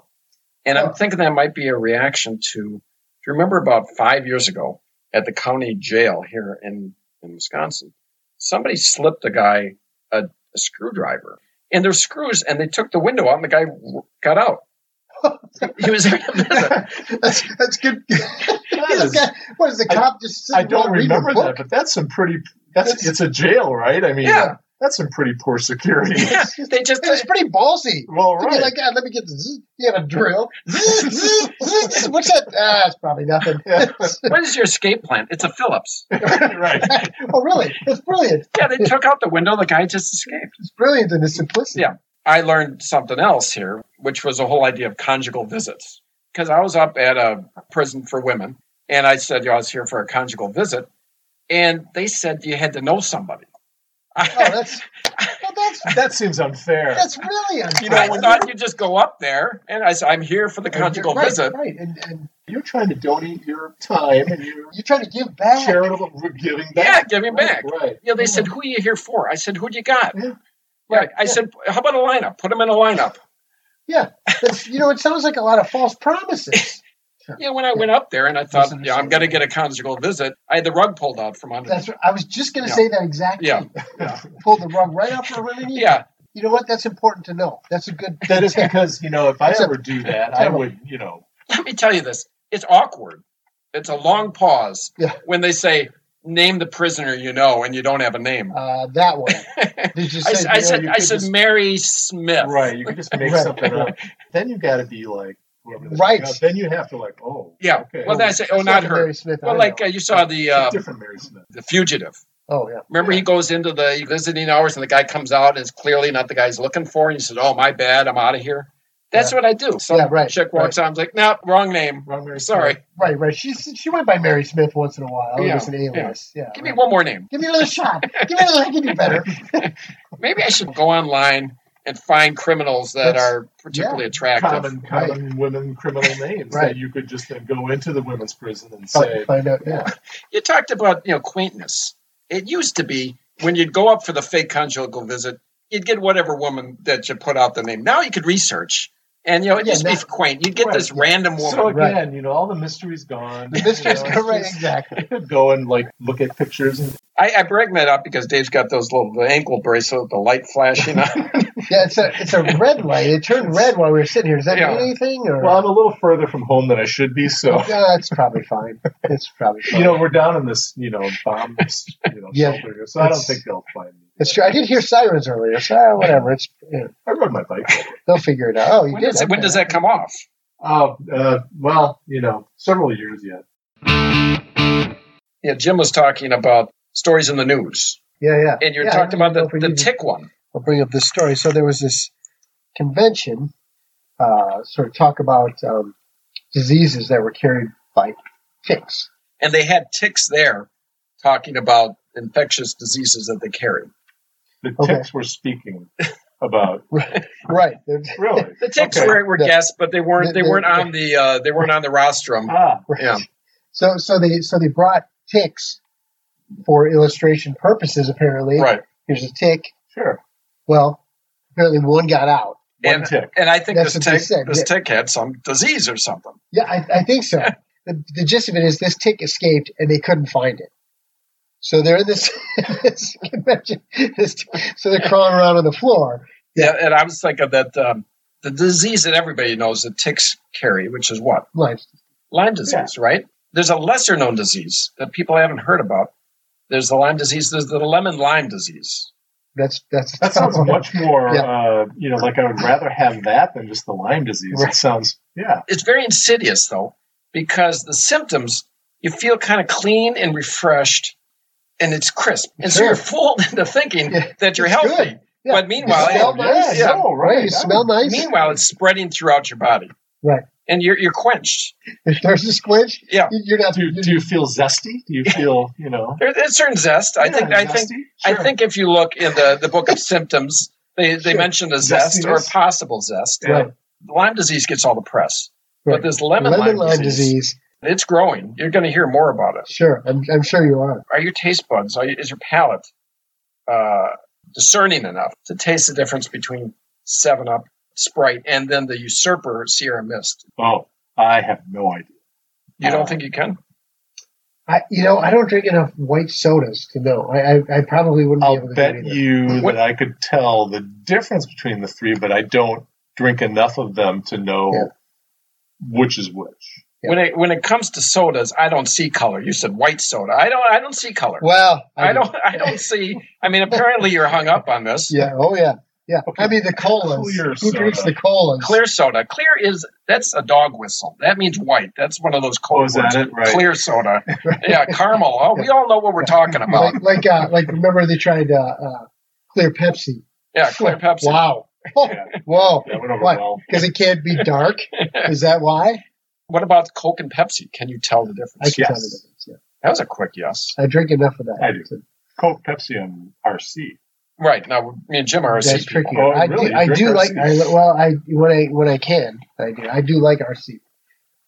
Speaker 2: And
Speaker 3: Oh.
Speaker 2: I'm thinking that might be a reaction to, if you remember about five years ago at the county jail here in, in Wisconsin, somebody slipped a guy a, a screwdriver and there's screws and they took the window out and the guy w- got out. he was there to visit.
Speaker 3: [laughs] that's, that's good. [laughs] uh,
Speaker 4: That is-
Speaker 3: what is the
Speaker 4: I-
Speaker 3: cop just sitting
Speaker 4: I don't
Speaker 3: around reading a
Speaker 4: remember
Speaker 3: book?
Speaker 4: that, but that's some pretty. That's,
Speaker 3: That's-
Speaker 4: it's a jail, right? I mean,
Speaker 2: Yeah.
Speaker 4: that's some pretty poor security.
Speaker 2: Yeah,
Speaker 3: [laughs]
Speaker 2: they just, [laughs]
Speaker 3: It was pretty ballsy.
Speaker 4: [laughs] well,
Speaker 3: To be
Speaker 4: right.
Speaker 3: like, God, let me get this. He had a
Speaker 4: [laughs]
Speaker 3: drill. [laughs] What's that? Ah, it's probably nothing.
Speaker 4: Yeah.
Speaker 2: what is your escape plan? It's a Phillips.
Speaker 4: [laughs] right.
Speaker 3: [laughs]
Speaker 2: [laughs]
Speaker 3: oh, really? It's brilliant.
Speaker 2: Yeah, they took out the window. The guy just escaped.
Speaker 3: It's brilliant in its simplicity.
Speaker 2: Yeah. I learned something else here, which was the whole idea of conjugal visits. Because I was up at a prison for women, and I said, "Yeah, I was here for a conjugal visit," and they said you had to know somebody.
Speaker 3: Oh,
Speaker 2: I,
Speaker 3: that's, well, that's,
Speaker 4: That seems unfair.
Speaker 3: that's really unfair.
Speaker 4: You know,
Speaker 2: I
Speaker 4: when
Speaker 2: thought [laughs] you just go up there, and I said, "I'm here for the conjugal
Speaker 3: right,
Speaker 2: visit."
Speaker 3: Right. And, and
Speaker 4: You're trying to donate your time and your
Speaker 3: you try to give back.
Speaker 4: charitable giving
Speaker 2: Yeah,
Speaker 4: back.
Speaker 2: give me back.
Speaker 4: Right.
Speaker 2: Yeah, they said, "Who are you here for?" I said, "Who do you got?"
Speaker 4: Yeah.
Speaker 2: Yeah, I
Speaker 3: Yeah.
Speaker 2: said, "How about a lineup? Put them in a [laughs] lineup."
Speaker 3: That's- you know, it sounds like a lot of false promises.
Speaker 2: Yeah, when I went up there, and I thought, "Yeah,
Speaker 3: Misunderstanding.
Speaker 2: I'm going to get a conjugal visit," I had the rug pulled out from under.
Speaker 3: That's. What, I was just going to
Speaker 2: Yeah.
Speaker 3: say that exactly.
Speaker 2: Yeah.
Speaker 3: [laughs] Pulled the rug right off her underneath.
Speaker 2: [laughs] Yeah,
Speaker 3: You know what? That's important to know. That's a good.
Speaker 4: That
Speaker 2: [laughs]
Speaker 4: is because, you know, if I
Speaker 3: That's a-
Speaker 4: ever do that, I would, you know,
Speaker 2: let me tell you this it's awkward it's a long pause
Speaker 3: Yeah.
Speaker 2: when they say name the prisoner you know and you don't have a name
Speaker 3: [laughs] Uh, that one.
Speaker 2: [laughs]
Speaker 3: Did you
Speaker 2: i,
Speaker 3: say?
Speaker 2: s-
Speaker 3: you
Speaker 2: I
Speaker 3: know,
Speaker 2: said
Speaker 4: you
Speaker 2: i
Speaker 4: could
Speaker 2: said
Speaker 4: just-
Speaker 2: mary smith
Speaker 4: right, you can just make
Speaker 3: Right.
Speaker 2: [laughs]
Speaker 4: something up. Then you got to be like, whoever this
Speaker 3: Right.
Speaker 4: is. Then you have to, like, oh,
Speaker 2: Yeah.
Speaker 4: okay.
Speaker 2: well that's oh
Speaker 3: It's
Speaker 2: not
Speaker 3: a
Speaker 2: her
Speaker 3: Mary Smith, I
Speaker 2: well
Speaker 3: know.
Speaker 2: like uh, you saw the uh,
Speaker 4: different Mary Smith.
Speaker 2: the fugitive
Speaker 3: oh yeah.
Speaker 2: remember he goes into the visiting hours and the guy comes out and it's clearly not the guy he's looking for and he says oh my bad i'm out of here that's what i do so
Speaker 3: Yeah, right,
Speaker 2: chick walks out i'm like no wrong name
Speaker 4: Wrong Mary
Speaker 2: sorry
Speaker 3: Right, right. She she went by Mary Smith once in a while. It
Speaker 2: Yeah,
Speaker 3: was an alias. Yeah.
Speaker 2: give me
Speaker 3: right.
Speaker 2: one more name
Speaker 3: Give me another shot. Give me another. I can do
Speaker 2: [laughs]
Speaker 3: better.
Speaker 2: maybe i should go online and find criminals that
Speaker 3: That's-
Speaker 2: are particularly attractive
Speaker 4: common common women [laughs] criminal names
Speaker 3: Right.
Speaker 4: that you could just then go into the women's prison and
Speaker 3: Find,
Speaker 4: say
Speaker 3: find out.
Speaker 2: [laughs]
Speaker 3: Yeah.
Speaker 2: you talked about you know quaintness. It used to be when you'd go up for the fake conjugal visit, you'd get whatever woman that you put out the name. Now you could research, and you know it
Speaker 3: Yeah,
Speaker 2: used to be
Speaker 3: now-
Speaker 2: quaint. You'd get
Speaker 4: Right,
Speaker 2: this random woman.
Speaker 4: so
Speaker 3: Right.
Speaker 4: again you know all the mystery's gone
Speaker 3: The mystery's
Speaker 4: you
Speaker 3: gone, right,
Speaker 4: just- [laughs]
Speaker 3: exactly.
Speaker 4: you could go and like look at pictures and
Speaker 2: I, I bring that up because Dave's got those little the ankle bracelet, with the light
Speaker 3: [laughs]
Speaker 2: flashing on.
Speaker 3: Yeah, it's a it's a red light. It turned red while we were sitting here. Does that
Speaker 2: Yeah.
Speaker 3: mean anything? Or
Speaker 4: well i'm a little further from home than i should be so
Speaker 3: yeah, it's probably fine. It's probably fine.
Speaker 4: you know we're down in this you know bomb you know
Speaker 3: Yeah,
Speaker 4: shelter here so i don't
Speaker 3: it's-
Speaker 4: think they'll find me
Speaker 3: it's true. I did hear sirens earlier, so ah, whatever. It's yeah,
Speaker 4: i rode my bike
Speaker 3: they'll figure it out. Oh, you
Speaker 2: when,
Speaker 3: did.
Speaker 2: does it, when
Speaker 3: okay.
Speaker 2: does that come off?
Speaker 4: oh uh, well you know several years yet
Speaker 2: Yeah, Jim was talking about stories in the news,
Speaker 3: Yeah, yeah.
Speaker 2: and you
Speaker 3: Yeah, I
Speaker 2: talked
Speaker 3: don't
Speaker 2: about the,
Speaker 3: know if we
Speaker 2: the
Speaker 3: need to-
Speaker 2: tick one.
Speaker 3: I'll bring up this story. So there was this convention, uh, sort of talk about um, diseases that were carried by ticks.
Speaker 2: and they had ticks there talking about infectious diseases that they carry.
Speaker 4: the
Speaker 3: Okay.
Speaker 4: ticks were speaking about
Speaker 3: Right. They're-
Speaker 4: [laughs] really
Speaker 2: The ticks
Speaker 4: Okay.
Speaker 2: were, were
Speaker 3: Yeah.
Speaker 2: guests, but they weren't they,
Speaker 3: They- they-
Speaker 2: weren't on the uh, they weren't on the rostrum.
Speaker 4: ah
Speaker 3: [laughs]
Speaker 2: Yeah.
Speaker 3: So so they so they brought ticks for illustration purposes. Apparently,
Speaker 2: Right.
Speaker 3: Here's a tick.
Speaker 4: sure
Speaker 3: Well, apparently one got out.
Speaker 4: one
Speaker 2: And,
Speaker 4: tick
Speaker 2: and I think
Speaker 3: That's
Speaker 2: this
Speaker 3: what they
Speaker 2: tick
Speaker 3: said,
Speaker 2: this
Speaker 3: yeah.
Speaker 2: tick had some disease or something.
Speaker 3: Yeah, I, I
Speaker 4: [laughs]
Speaker 3: think so. the, the gist of it is this tick escaped and they couldn't find it. So they're in this, [laughs] this convention. This, so they're crawling around on the floor.
Speaker 2: Yeah. And I was thinking that um, the disease that everybody knows that ticks carry, which is what
Speaker 3: Like,
Speaker 2: Lyme disease, right? There's a lesser known disease that people haven't heard about. There's the Lyme disease. There's the lemon Lyme disease.
Speaker 3: that's that's
Speaker 4: That sounds much more,
Speaker 3: [laughs] Yeah.
Speaker 4: uh, you know, like I would rather have that than just the Lyme disease.
Speaker 3: Right.
Speaker 4: It sounds, yeah,
Speaker 2: It's very insidious though, because the symptoms you feel kind of clean and refreshed, and it's crisp, and so
Speaker 3: Sure.
Speaker 2: you're fooled [laughs] into thinking
Speaker 3: Yeah.
Speaker 2: that you're
Speaker 3: It's good.
Speaker 2: healthy.
Speaker 3: Yeah.
Speaker 2: But meanwhile,
Speaker 3: You smell
Speaker 4: yeah,
Speaker 3: nice.
Speaker 4: yeah,
Speaker 3: Yeah.
Speaker 4: right.
Speaker 3: You smell nice.
Speaker 2: Meanwhile, it's spreading throughout your body.
Speaker 3: Right.
Speaker 2: And you're, you're quenched.
Speaker 3: If there's a squinch,
Speaker 2: Yeah.
Speaker 3: you- you're not.
Speaker 4: do, do you feel zesty? Do you feel, you know?
Speaker 2: There, there's certain zest. [laughs] I think.
Speaker 4: yeah,
Speaker 2: I think.
Speaker 4: zesty?
Speaker 3: [laughs]
Speaker 2: I think if you look in the, the book of symptoms, They, they
Speaker 3: Sure.
Speaker 2: mentioned a zest or a
Speaker 4: Zestiness.
Speaker 2: possible zest.
Speaker 4: Yeah.
Speaker 3: Right.
Speaker 2: Lyme disease gets all the press, but
Speaker 3: Right.
Speaker 2: this lemon,
Speaker 3: Lemon
Speaker 2: Lyme,
Speaker 3: Lyme
Speaker 2: disease,
Speaker 3: disease.
Speaker 2: it's growing. You're going to hear more about it.
Speaker 3: Sure, I'm, I'm sure you are.
Speaker 2: Are your taste buds, are you, is your palate uh, discerning enough to taste the difference between 7 Up, Sprite, and then the usurper Sierra Mist?
Speaker 4: Oh, I have no idea.
Speaker 2: You
Speaker 4: Uh,
Speaker 2: don't think you can?
Speaker 3: I, you know, I don't drink enough white sodas to know. I, I, I probably wouldn't be
Speaker 4: I'll
Speaker 3: able to do
Speaker 4: bet
Speaker 3: it either.
Speaker 4: you
Speaker 2: What-
Speaker 4: that I could tell the difference between the three, but I don't drink enough of them to know
Speaker 3: Yeah.
Speaker 4: which is which.
Speaker 3: Yeah.
Speaker 2: When it when it comes to sodas, I don't see color. You said white soda. I don't I don't see color.
Speaker 3: Well,
Speaker 2: I don't I don't see I mean apparently you're hung up on this.
Speaker 3: Yeah. Oh yeah. Yeah.
Speaker 4: Okay.
Speaker 3: I mean the colas.
Speaker 4: Clear
Speaker 3: Who
Speaker 4: soda.
Speaker 3: drinks the colas?
Speaker 2: Clear soda. Clear is that's a dog whistle. That means white. That's one of those
Speaker 4: Oh,
Speaker 2: code
Speaker 4: is
Speaker 2: words.
Speaker 4: that it? Right.
Speaker 2: Clear soda. Yeah, caramel. Oh, we all know what we're talking
Speaker 3: Like
Speaker 2: about.
Speaker 3: like uh, like remember they tried uh, uh, clear Pepsi.
Speaker 2: Yeah, clear Pepsi.
Speaker 3: Wow. Oh,
Speaker 4: [laughs] Yeah.
Speaker 3: [laughs] Whoa.
Speaker 4: That went over
Speaker 3: What?
Speaker 4: well.
Speaker 3: Because it can't be
Speaker 4: [laughs]
Speaker 3: dark. Is that why?
Speaker 2: What about Coke and Pepsi? Can you tell the difference?
Speaker 3: I can tell the
Speaker 4: Yes.
Speaker 3: difference. Yeah.
Speaker 2: That was a quick yes.
Speaker 3: I drink enough of that.
Speaker 4: I do. Coke, Pepsi, and RC.
Speaker 2: Right now, me and Jim are RC
Speaker 3: That's
Speaker 2: people.
Speaker 3: tricky.
Speaker 4: Oh,
Speaker 3: I
Speaker 4: really?
Speaker 3: do. I
Speaker 4: Drink
Speaker 3: do like. I,
Speaker 4: RC?
Speaker 3: well, I when I when I can, I do. I do like RC.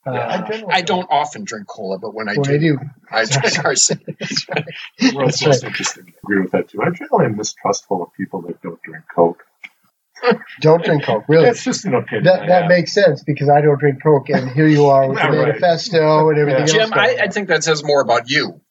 Speaker 3: Uh,
Speaker 4: Yeah, I
Speaker 2: I don't often drink cola, but when I
Speaker 3: When I
Speaker 2: do,
Speaker 3: do, [laughs]
Speaker 2: I drink RC.
Speaker 4: Well,
Speaker 3: [laughs]
Speaker 4: it's
Speaker 3: That's
Speaker 4: just interesting. I agree with that too. I'm generally mistrustful of people that don't drink Coke.
Speaker 3: don't drink Coke. Really,
Speaker 4: That's just an opinion.
Speaker 3: that
Speaker 4: I
Speaker 3: that
Speaker 4: have.
Speaker 3: makes sense because I don't drink Coke, and here you are with the
Speaker 4: Yeah, [laughs] right.
Speaker 3: manifesto and everything else.
Speaker 2: Jim, I,
Speaker 3: going
Speaker 2: I
Speaker 3: on.
Speaker 2: think that says more about you.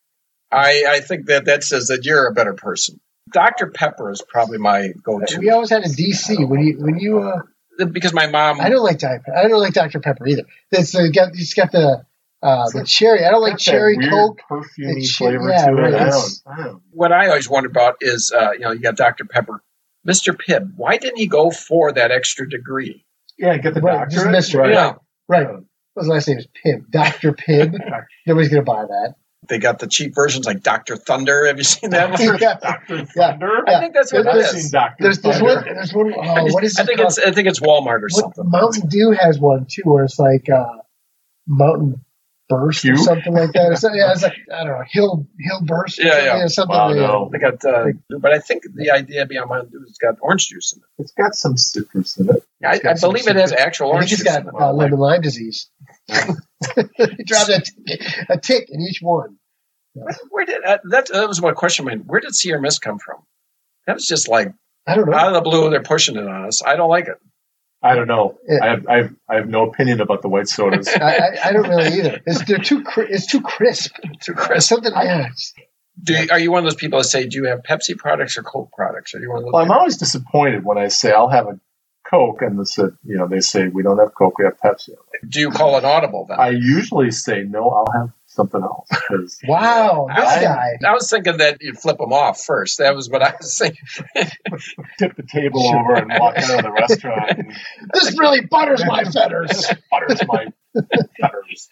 Speaker 2: I, I think that that says that you're a better person. Dr. Pepper is probably my
Speaker 3: we
Speaker 2: go-to
Speaker 3: always had a DC when you when you. Uh,
Speaker 2: because my mom.
Speaker 3: I don't like Diet. Pepper. I don't like Dr Pepper either. It's uh, got it's got the uh, the cherry. I don't like
Speaker 4: Got that
Speaker 3: cherry
Speaker 4: weird
Speaker 3: Coke.
Speaker 4: perfumey
Speaker 3: and shit.
Speaker 4: flavor
Speaker 3: Yeah,
Speaker 4: to
Speaker 3: right.
Speaker 4: it. I don't,
Speaker 3: It's-
Speaker 4: I don't.
Speaker 2: What I always wonder about is, uh, you know, you got Dr. Pepper, Mr. Pibb. Why didn't he go for that extra degree?
Speaker 4: Yeah, get the
Speaker 3: Right, just
Speaker 4: doctorate.
Speaker 3: mystery.
Speaker 4: Right.
Speaker 2: You know,
Speaker 4: uh,
Speaker 3: Right. His last name is Pibb. Doctor Pibb. [laughs] Nobody's gonna buy that.
Speaker 2: they got the cheap versions like Dr. Thunder. Have you seen that one?
Speaker 3: [laughs] yeah.
Speaker 4: Doctor
Speaker 3: Yeah.
Speaker 4: Thunder.
Speaker 2: I think that's what
Speaker 4: I've
Speaker 2: it
Speaker 4: seen
Speaker 2: is.
Speaker 4: Doctor
Speaker 3: There's there's one.
Speaker 4: Thunder.
Speaker 3: There's one oh, what is
Speaker 2: I
Speaker 3: it
Speaker 2: think
Speaker 3: called?
Speaker 2: it's I think it's Walmart or
Speaker 3: What-
Speaker 2: something.
Speaker 3: Mountain Dew has one too, where it's like uh, Mountain Burst or
Speaker 4: Cube?
Speaker 3: something like that. It's, yeah, it's like I don't know, Hill Hill Burst. Or
Speaker 2: Yeah,
Speaker 3: something,
Speaker 2: yeah.
Speaker 3: or something
Speaker 4: Wow,
Speaker 3: like
Speaker 4: no.
Speaker 2: They got, uh, but I think the idea behind Mountain Dew is it's got orange juice in it.
Speaker 4: It's got some citrus in it.
Speaker 2: I, I believe it has actual
Speaker 3: that. I
Speaker 2: orange
Speaker 3: think he's
Speaker 2: juice.
Speaker 3: got
Speaker 2: in it.
Speaker 3: uh, lemon Lyme disease. [laughs] he dropped a tick, a tick in each one.
Speaker 2: Where did uh, that? That was my question. Man, where did Sierra Mist come from? That was just like
Speaker 3: I don't know.
Speaker 2: out of the blue. They're pushing it on us. I don't like it.
Speaker 4: I don't know.
Speaker 3: Yeah.
Speaker 4: I, have, I, have, I have no opinion about the white
Speaker 3: [laughs]
Speaker 4: sodas.
Speaker 3: I, I, I don't really either. It's they're too cri- it's too crisp.
Speaker 2: Too crisp.
Speaker 3: Something yeah, it's-
Speaker 2: [laughs] Do you, are you one of those people that say, "Do you have Pepsi products or Coke products?" Are you one of those?
Speaker 4: well, I'm
Speaker 2: people?
Speaker 4: always disappointed when I say I'll have a Coke, and they said, you know, they say we don't have Coke, we have Pepsi.
Speaker 2: Do you call it audible then?
Speaker 4: I usually say no, I'll have something else. 'cause-
Speaker 3: wow, this
Speaker 2: I-
Speaker 3: guy.
Speaker 2: I was thinking that you'd flip them off first. That was what I was [laughs] thinking.
Speaker 4: [laughs] tip the table over and walk out of the restaurant and
Speaker 3: This really butters
Speaker 4: [laughs]
Speaker 3: my feathers.
Speaker 4: This butters my
Speaker 3: [laughs]
Speaker 4: feathers.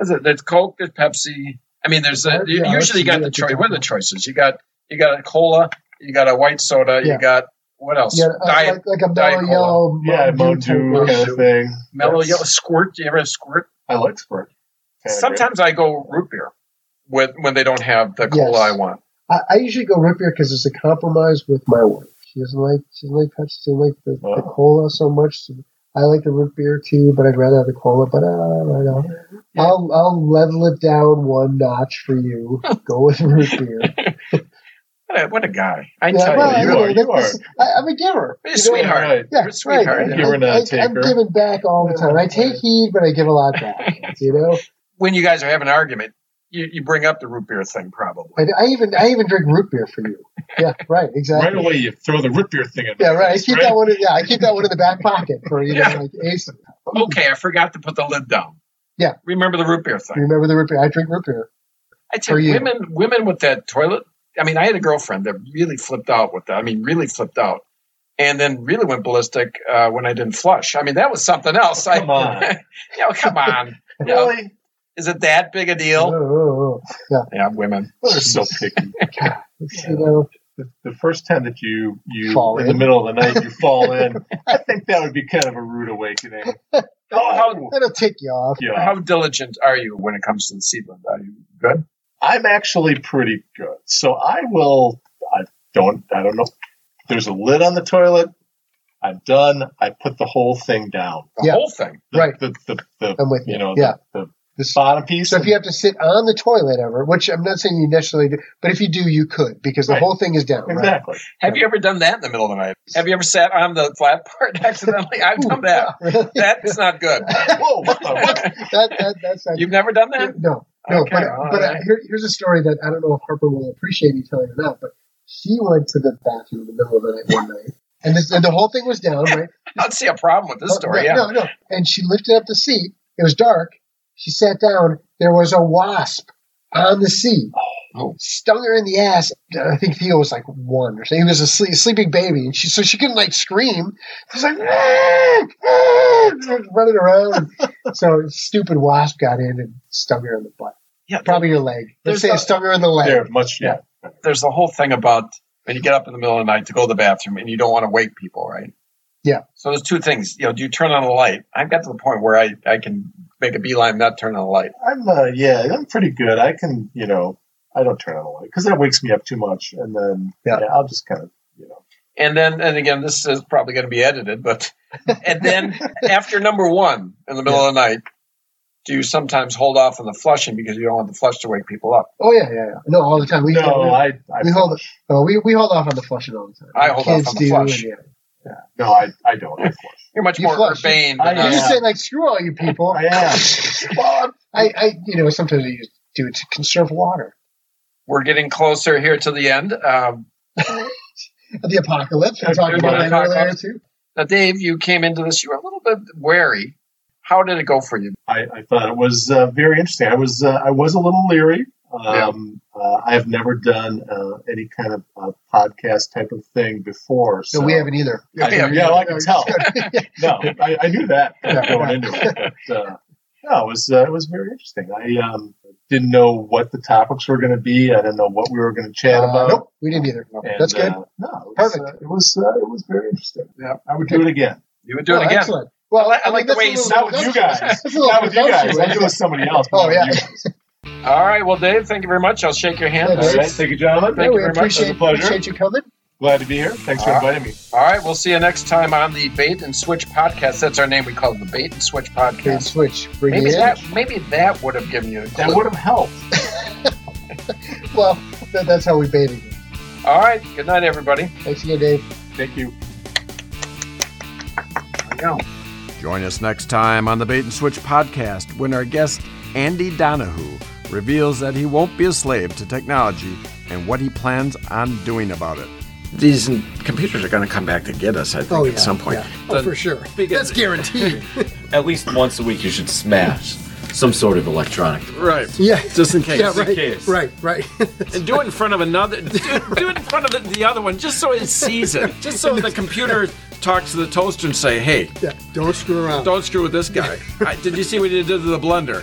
Speaker 2: Is it- There's Coke, there's Pepsi. I mean, there's a, you
Speaker 3: Yeah,
Speaker 2: usually you
Speaker 3: that's-
Speaker 2: got the
Speaker 3: yeah,
Speaker 2: choice. What are the choices? You got you got a cola, you got a white soda,
Speaker 3: Yeah.
Speaker 2: you got what else?
Speaker 3: Yeah, uh,
Speaker 2: Diet
Speaker 3: like, like a
Speaker 2: Diet
Speaker 3: mellow
Speaker 2: Cola.
Speaker 3: yellow.
Speaker 4: Yeah,
Speaker 3: Mountain
Speaker 4: Mountain
Speaker 3: Dew type
Speaker 4: Dew
Speaker 3: of-
Speaker 4: kind of thing.
Speaker 2: mellow
Speaker 4: That's-
Speaker 2: yellow squirt. Do you ever have squirt?
Speaker 4: I like Squirt. Kinda
Speaker 2: Sometimes I go root beer with when they don't have the cola
Speaker 3: Yes.
Speaker 2: I want.
Speaker 3: I, I usually go root beer because it's a compromise with my wife. She doesn't like she doesn't like Pepsi, she doesn't like the, the
Speaker 4: Wow.
Speaker 3: cola so much. So I like the root beer too, but I'd rather have the cola. But uh, I don't know. I'll I'll level it down one notch for you. go with root beer.
Speaker 2: What a, what a guy! I
Speaker 3: Yeah,
Speaker 2: tell
Speaker 3: well,
Speaker 2: you,
Speaker 4: you
Speaker 2: you
Speaker 4: are-
Speaker 2: are.
Speaker 3: know,
Speaker 4: you
Speaker 3: this- I, I'm a giver.
Speaker 2: You're
Speaker 3: You
Speaker 2: a
Speaker 3: know,
Speaker 4: great.
Speaker 2: sweetheart.
Speaker 4: Alright.
Speaker 3: Yeah,
Speaker 2: You're uh, a sweetheart.
Speaker 3: right.
Speaker 4: You're a giver, not a
Speaker 3: I, I, I'm
Speaker 4: taker.
Speaker 3: giving back all the
Speaker 2: [laughs]
Speaker 3: time. I take heed, but I give a lot back. You know,
Speaker 2: When you guys are having an argument, you, you bring up the root beer thing probably.
Speaker 3: [laughs] I, I even I even drink root beer for you. Yeah, right, exactly.
Speaker 4: Right away, you throw the root beer thing at me.
Speaker 3: Yeah, right. I keep that one. In, yeah, I keep that one in the back pocket for you know,
Speaker 2: Yeah.
Speaker 3: like Ace.
Speaker 2: Okay, I forgot to put the lid down.
Speaker 3: Yeah.
Speaker 2: remember the root beer thing.
Speaker 3: Remember the root beer? I drink root beer.
Speaker 2: I tell
Speaker 3: For you.
Speaker 2: you, women, women with that toilet. I mean, I had a girlfriend that really flipped out with that. I mean, really flipped out, and then really went ballistic uh, when I didn't flush. I mean, that was something else. I,
Speaker 4: Come on.
Speaker 2: [laughs] you know, come on. You know,
Speaker 4: Really?
Speaker 2: is it that big a
Speaker 3: Oh,
Speaker 2: deal?
Speaker 3: oh, oh.
Speaker 2: Yeah, women.
Speaker 4: They're so picky.
Speaker 3: It's, you know,
Speaker 4: The, the first time that you, you
Speaker 3: Fall
Speaker 4: in,
Speaker 3: in.
Speaker 4: the middle of the night,
Speaker 3: [laughs]
Speaker 4: you fall in, I think that would be kind of a rude awakening.
Speaker 2: Oh, how
Speaker 3: that'll tick you off.
Speaker 4: Yeah.
Speaker 2: how diligent are you when it comes to the seedling? Are you good?
Speaker 4: I'm actually pretty good. So I will. I don't. I don't know. There's a lid on the toilet. I'm done. I put the whole thing down.
Speaker 2: The
Speaker 3: Yeah.
Speaker 2: whole thing.
Speaker 4: The,
Speaker 3: Right.
Speaker 4: The, the, the,
Speaker 3: I'm with you.
Speaker 4: you know,
Speaker 3: yeah.
Speaker 4: the, the
Speaker 3: This-
Speaker 4: bottom piece.
Speaker 3: So if you have to sit on the toilet ever, which I'm not saying you necessarily do, but if you do, you could because the
Speaker 4: Right.
Speaker 3: whole thing is down. Right?
Speaker 4: exactly.
Speaker 2: Have you ever done that in the middle of the night? Have you ever sat on the flat part [laughs] accidentally? I've
Speaker 3: [laughs]
Speaker 2: done [laughs] that.
Speaker 3: Really?
Speaker 2: That's not good.
Speaker 4: [laughs] Whoa, what the, what?
Speaker 3: that, that, that's not
Speaker 2: You've never done that?
Speaker 3: No, no.
Speaker 2: Okay,
Speaker 3: but
Speaker 2: all
Speaker 3: but uh,
Speaker 2: right.
Speaker 3: here, here's a story that I don't know if Harper will appreciate me telling or not. But she went to the bathroom in the middle of the night one night, and, this, and the whole thing was down, right?
Speaker 2: I don't see a problem with this
Speaker 3: Oh, no,
Speaker 2: story. Yeah.
Speaker 3: No, no. And she lifted up the seat. It was dark. She sat down. There was a wasp on the seat.
Speaker 2: Oh.
Speaker 3: Stung her in the ass. I think Theo was like one or something. He was a sleep, sleeping baby, and she so she couldn't like scream. She's like "Ah, ah," running
Speaker 2: [laughs]
Speaker 3: around. so stupid wasp got in and stung her in the butt.
Speaker 2: Yeah.
Speaker 3: Probably her leg. Let's
Speaker 2: There's
Speaker 3: say
Speaker 2: a-
Speaker 3: it stung her in the leg.
Speaker 4: They're much, yeah.
Speaker 2: There's the whole thing about when you get up in the middle of the night to go to the bathroom and you don't want to wake people, right?
Speaker 3: Yeah.
Speaker 2: So there's two things. You know, do you turn on the light? I've got to the point where I, I can make a beeline, not turn on the light.
Speaker 4: I'm, uh, yeah, I'm pretty good. I can, you know, I don't turn on the light because that wakes me up too much. And then,
Speaker 3: Yeah.
Speaker 4: yeah, I'll just kind of, you know,
Speaker 2: And then, and again, this is probably going to be edited, but, and
Speaker 3: [laughs]
Speaker 2: then after number one in the middle of the night, do you sometimes hold off on the flushing because you don't want the flush to wake people up?
Speaker 3: Oh yeah, yeah, yeah. No, all the time. We,
Speaker 4: no,
Speaker 3: we,
Speaker 4: I, I
Speaker 3: we hold oh, we we hold off on the flushing all the time.
Speaker 2: I hold off on the flush.
Speaker 3: and yeah.
Speaker 4: no, I, I don't. I flush.
Speaker 2: You're much
Speaker 3: You
Speaker 2: more
Speaker 3: flush.
Speaker 2: urbane.
Speaker 4: I
Speaker 2: Than
Speaker 4: am.
Speaker 3: You
Speaker 2: us.
Speaker 3: just say like screw all you people.
Speaker 4: I
Speaker 2: [laughs]
Speaker 4: am.
Speaker 3: well, I'm- I, I, you know, sometimes I just do it to conserve water.
Speaker 2: We're getting closer here to the end. Um,
Speaker 3: The apocalypse. We talked about that earlier too.
Speaker 2: now, Dave, you came into this. You were a little bit wary. How did it go for you?
Speaker 4: I, I thought it was uh, very interesting. I was uh, I was a little leery. Um, uh, I have never done uh, any kind of uh, podcast type of thing before. So
Speaker 3: No, we haven't either.
Speaker 4: I, yeah, well, I
Speaker 3: [laughs]
Speaker 4: can tell.
Speaker 3: yeah.
Speaker 4: No, I, I
Speaker 3: [laughs]
Speaker 4: knew that
Speaker 3: Yeah.
Speaker 4: going into it. But, uh, no, it was uh, it was very interesting. I um, didn't know what the topics were going to be. I didn't know what we were going to chat
Speaker 3: Uh,
Speaker 4: about.
Speaker 3: nope, we didn't either.
Speaker 4: And,
Speaker 3: That's good.
Speaker 4: Uh, no, it was,
Speaker 3: Perfect.
Speaker 4: uh, it was uh, it was very interesting.
Speaker 2: Yeah.
Speaker 4: I would do it again.
Speaker 2: You would do
Speaker 3: Oh,
Speaker 2: it again.
Speaker 3: Excellent. Well,
Speaker 2: I
Speaker 3: mean,
Speaker 2: like the
Speaker 3: that's
Speaker 2: way
Speaker 3: a
Speaker 2: you
Speaker 3: little
Speaker 2: sound.
Speaker 4: Not with you guys.
Speaker 3: presumptuous. That's a little
Speaker 4: Not with you guys. I do it
Speaker 3: presumptuous.
Speaker 4: with somebody else. but
Speaker 3: Oh,
Speaker 4: not with
Speaker 3: yeah.
Speaker 4: you guys.
Speaker 2: All right. Well, Dave, thank you very much. I'll shake your hand.
Speaker 3: Yeah,
Speaker 4: All right. Thank you, gentlemen.
Speaker 2: Thank you
Speaker 3: we
Speaker 2: very much.
Speaker 3: appreciate, Uh-huh.
Speaker 4: It was a pleasure.
Speaker 3: appreciate you coming.
Speaker 4: Glad to be here. Thanks for
Speaker 2: All right.
Speaker 4: inviting me.
Speaker 2: All right. We'll see you next time on the Bait and Switch podcast. That's our name. We call it the Bait and Switch
Speaker 3: Okay,
Speaker 2: podcast.
Speaker 3: switch. Bring
Speaker 2: Maybe
Speaker 3: it in.
Speaker 2: that maybe that would have given you a
Speaker 4: That
Speaker 2: clue.
Speaker 4: would have helped.
Speaker 3: Well, that, that's how we baited you.
Speaker 2: All right. Good night, everybody.
Speaker 3: Thanks again, Dave.
Speaker 4: Thank you.
Speaker 2: I know.
Speaker 5: Join us next time on the Bait and Switch podcast when our guest, Andy Donahue, reveals that he won't be a slave to technology and what he plans on doing about it.
Speaker 6: these computers are going to come back to get us, I think,
Speaker 3: Oh, yeah,
Speaker 6: at some point.
Speaker 3: yeah. Oh, for sure. That's
Speaker 2: [laughs]
Speaker 3: guaranteed.
Speaker 7: At least once a week, you should smash some sort of electronic.
Speaker 6: Right.
Speaker 3: Yeah.
Speaker 6: Just in case.
Speaker 7: Yeah, right. case.
Speaker 3: Right, right. [laughs]
Speaker 7: And do it in front of another. Do, do it in front of the, the other one, just so it sees it. Just so the computer talks to the toaster and say, "Hey,
Speaker 3: yeah. Don't screw around.
Speaker 7: don't screw with this guy." I, did you see what he did to the blender?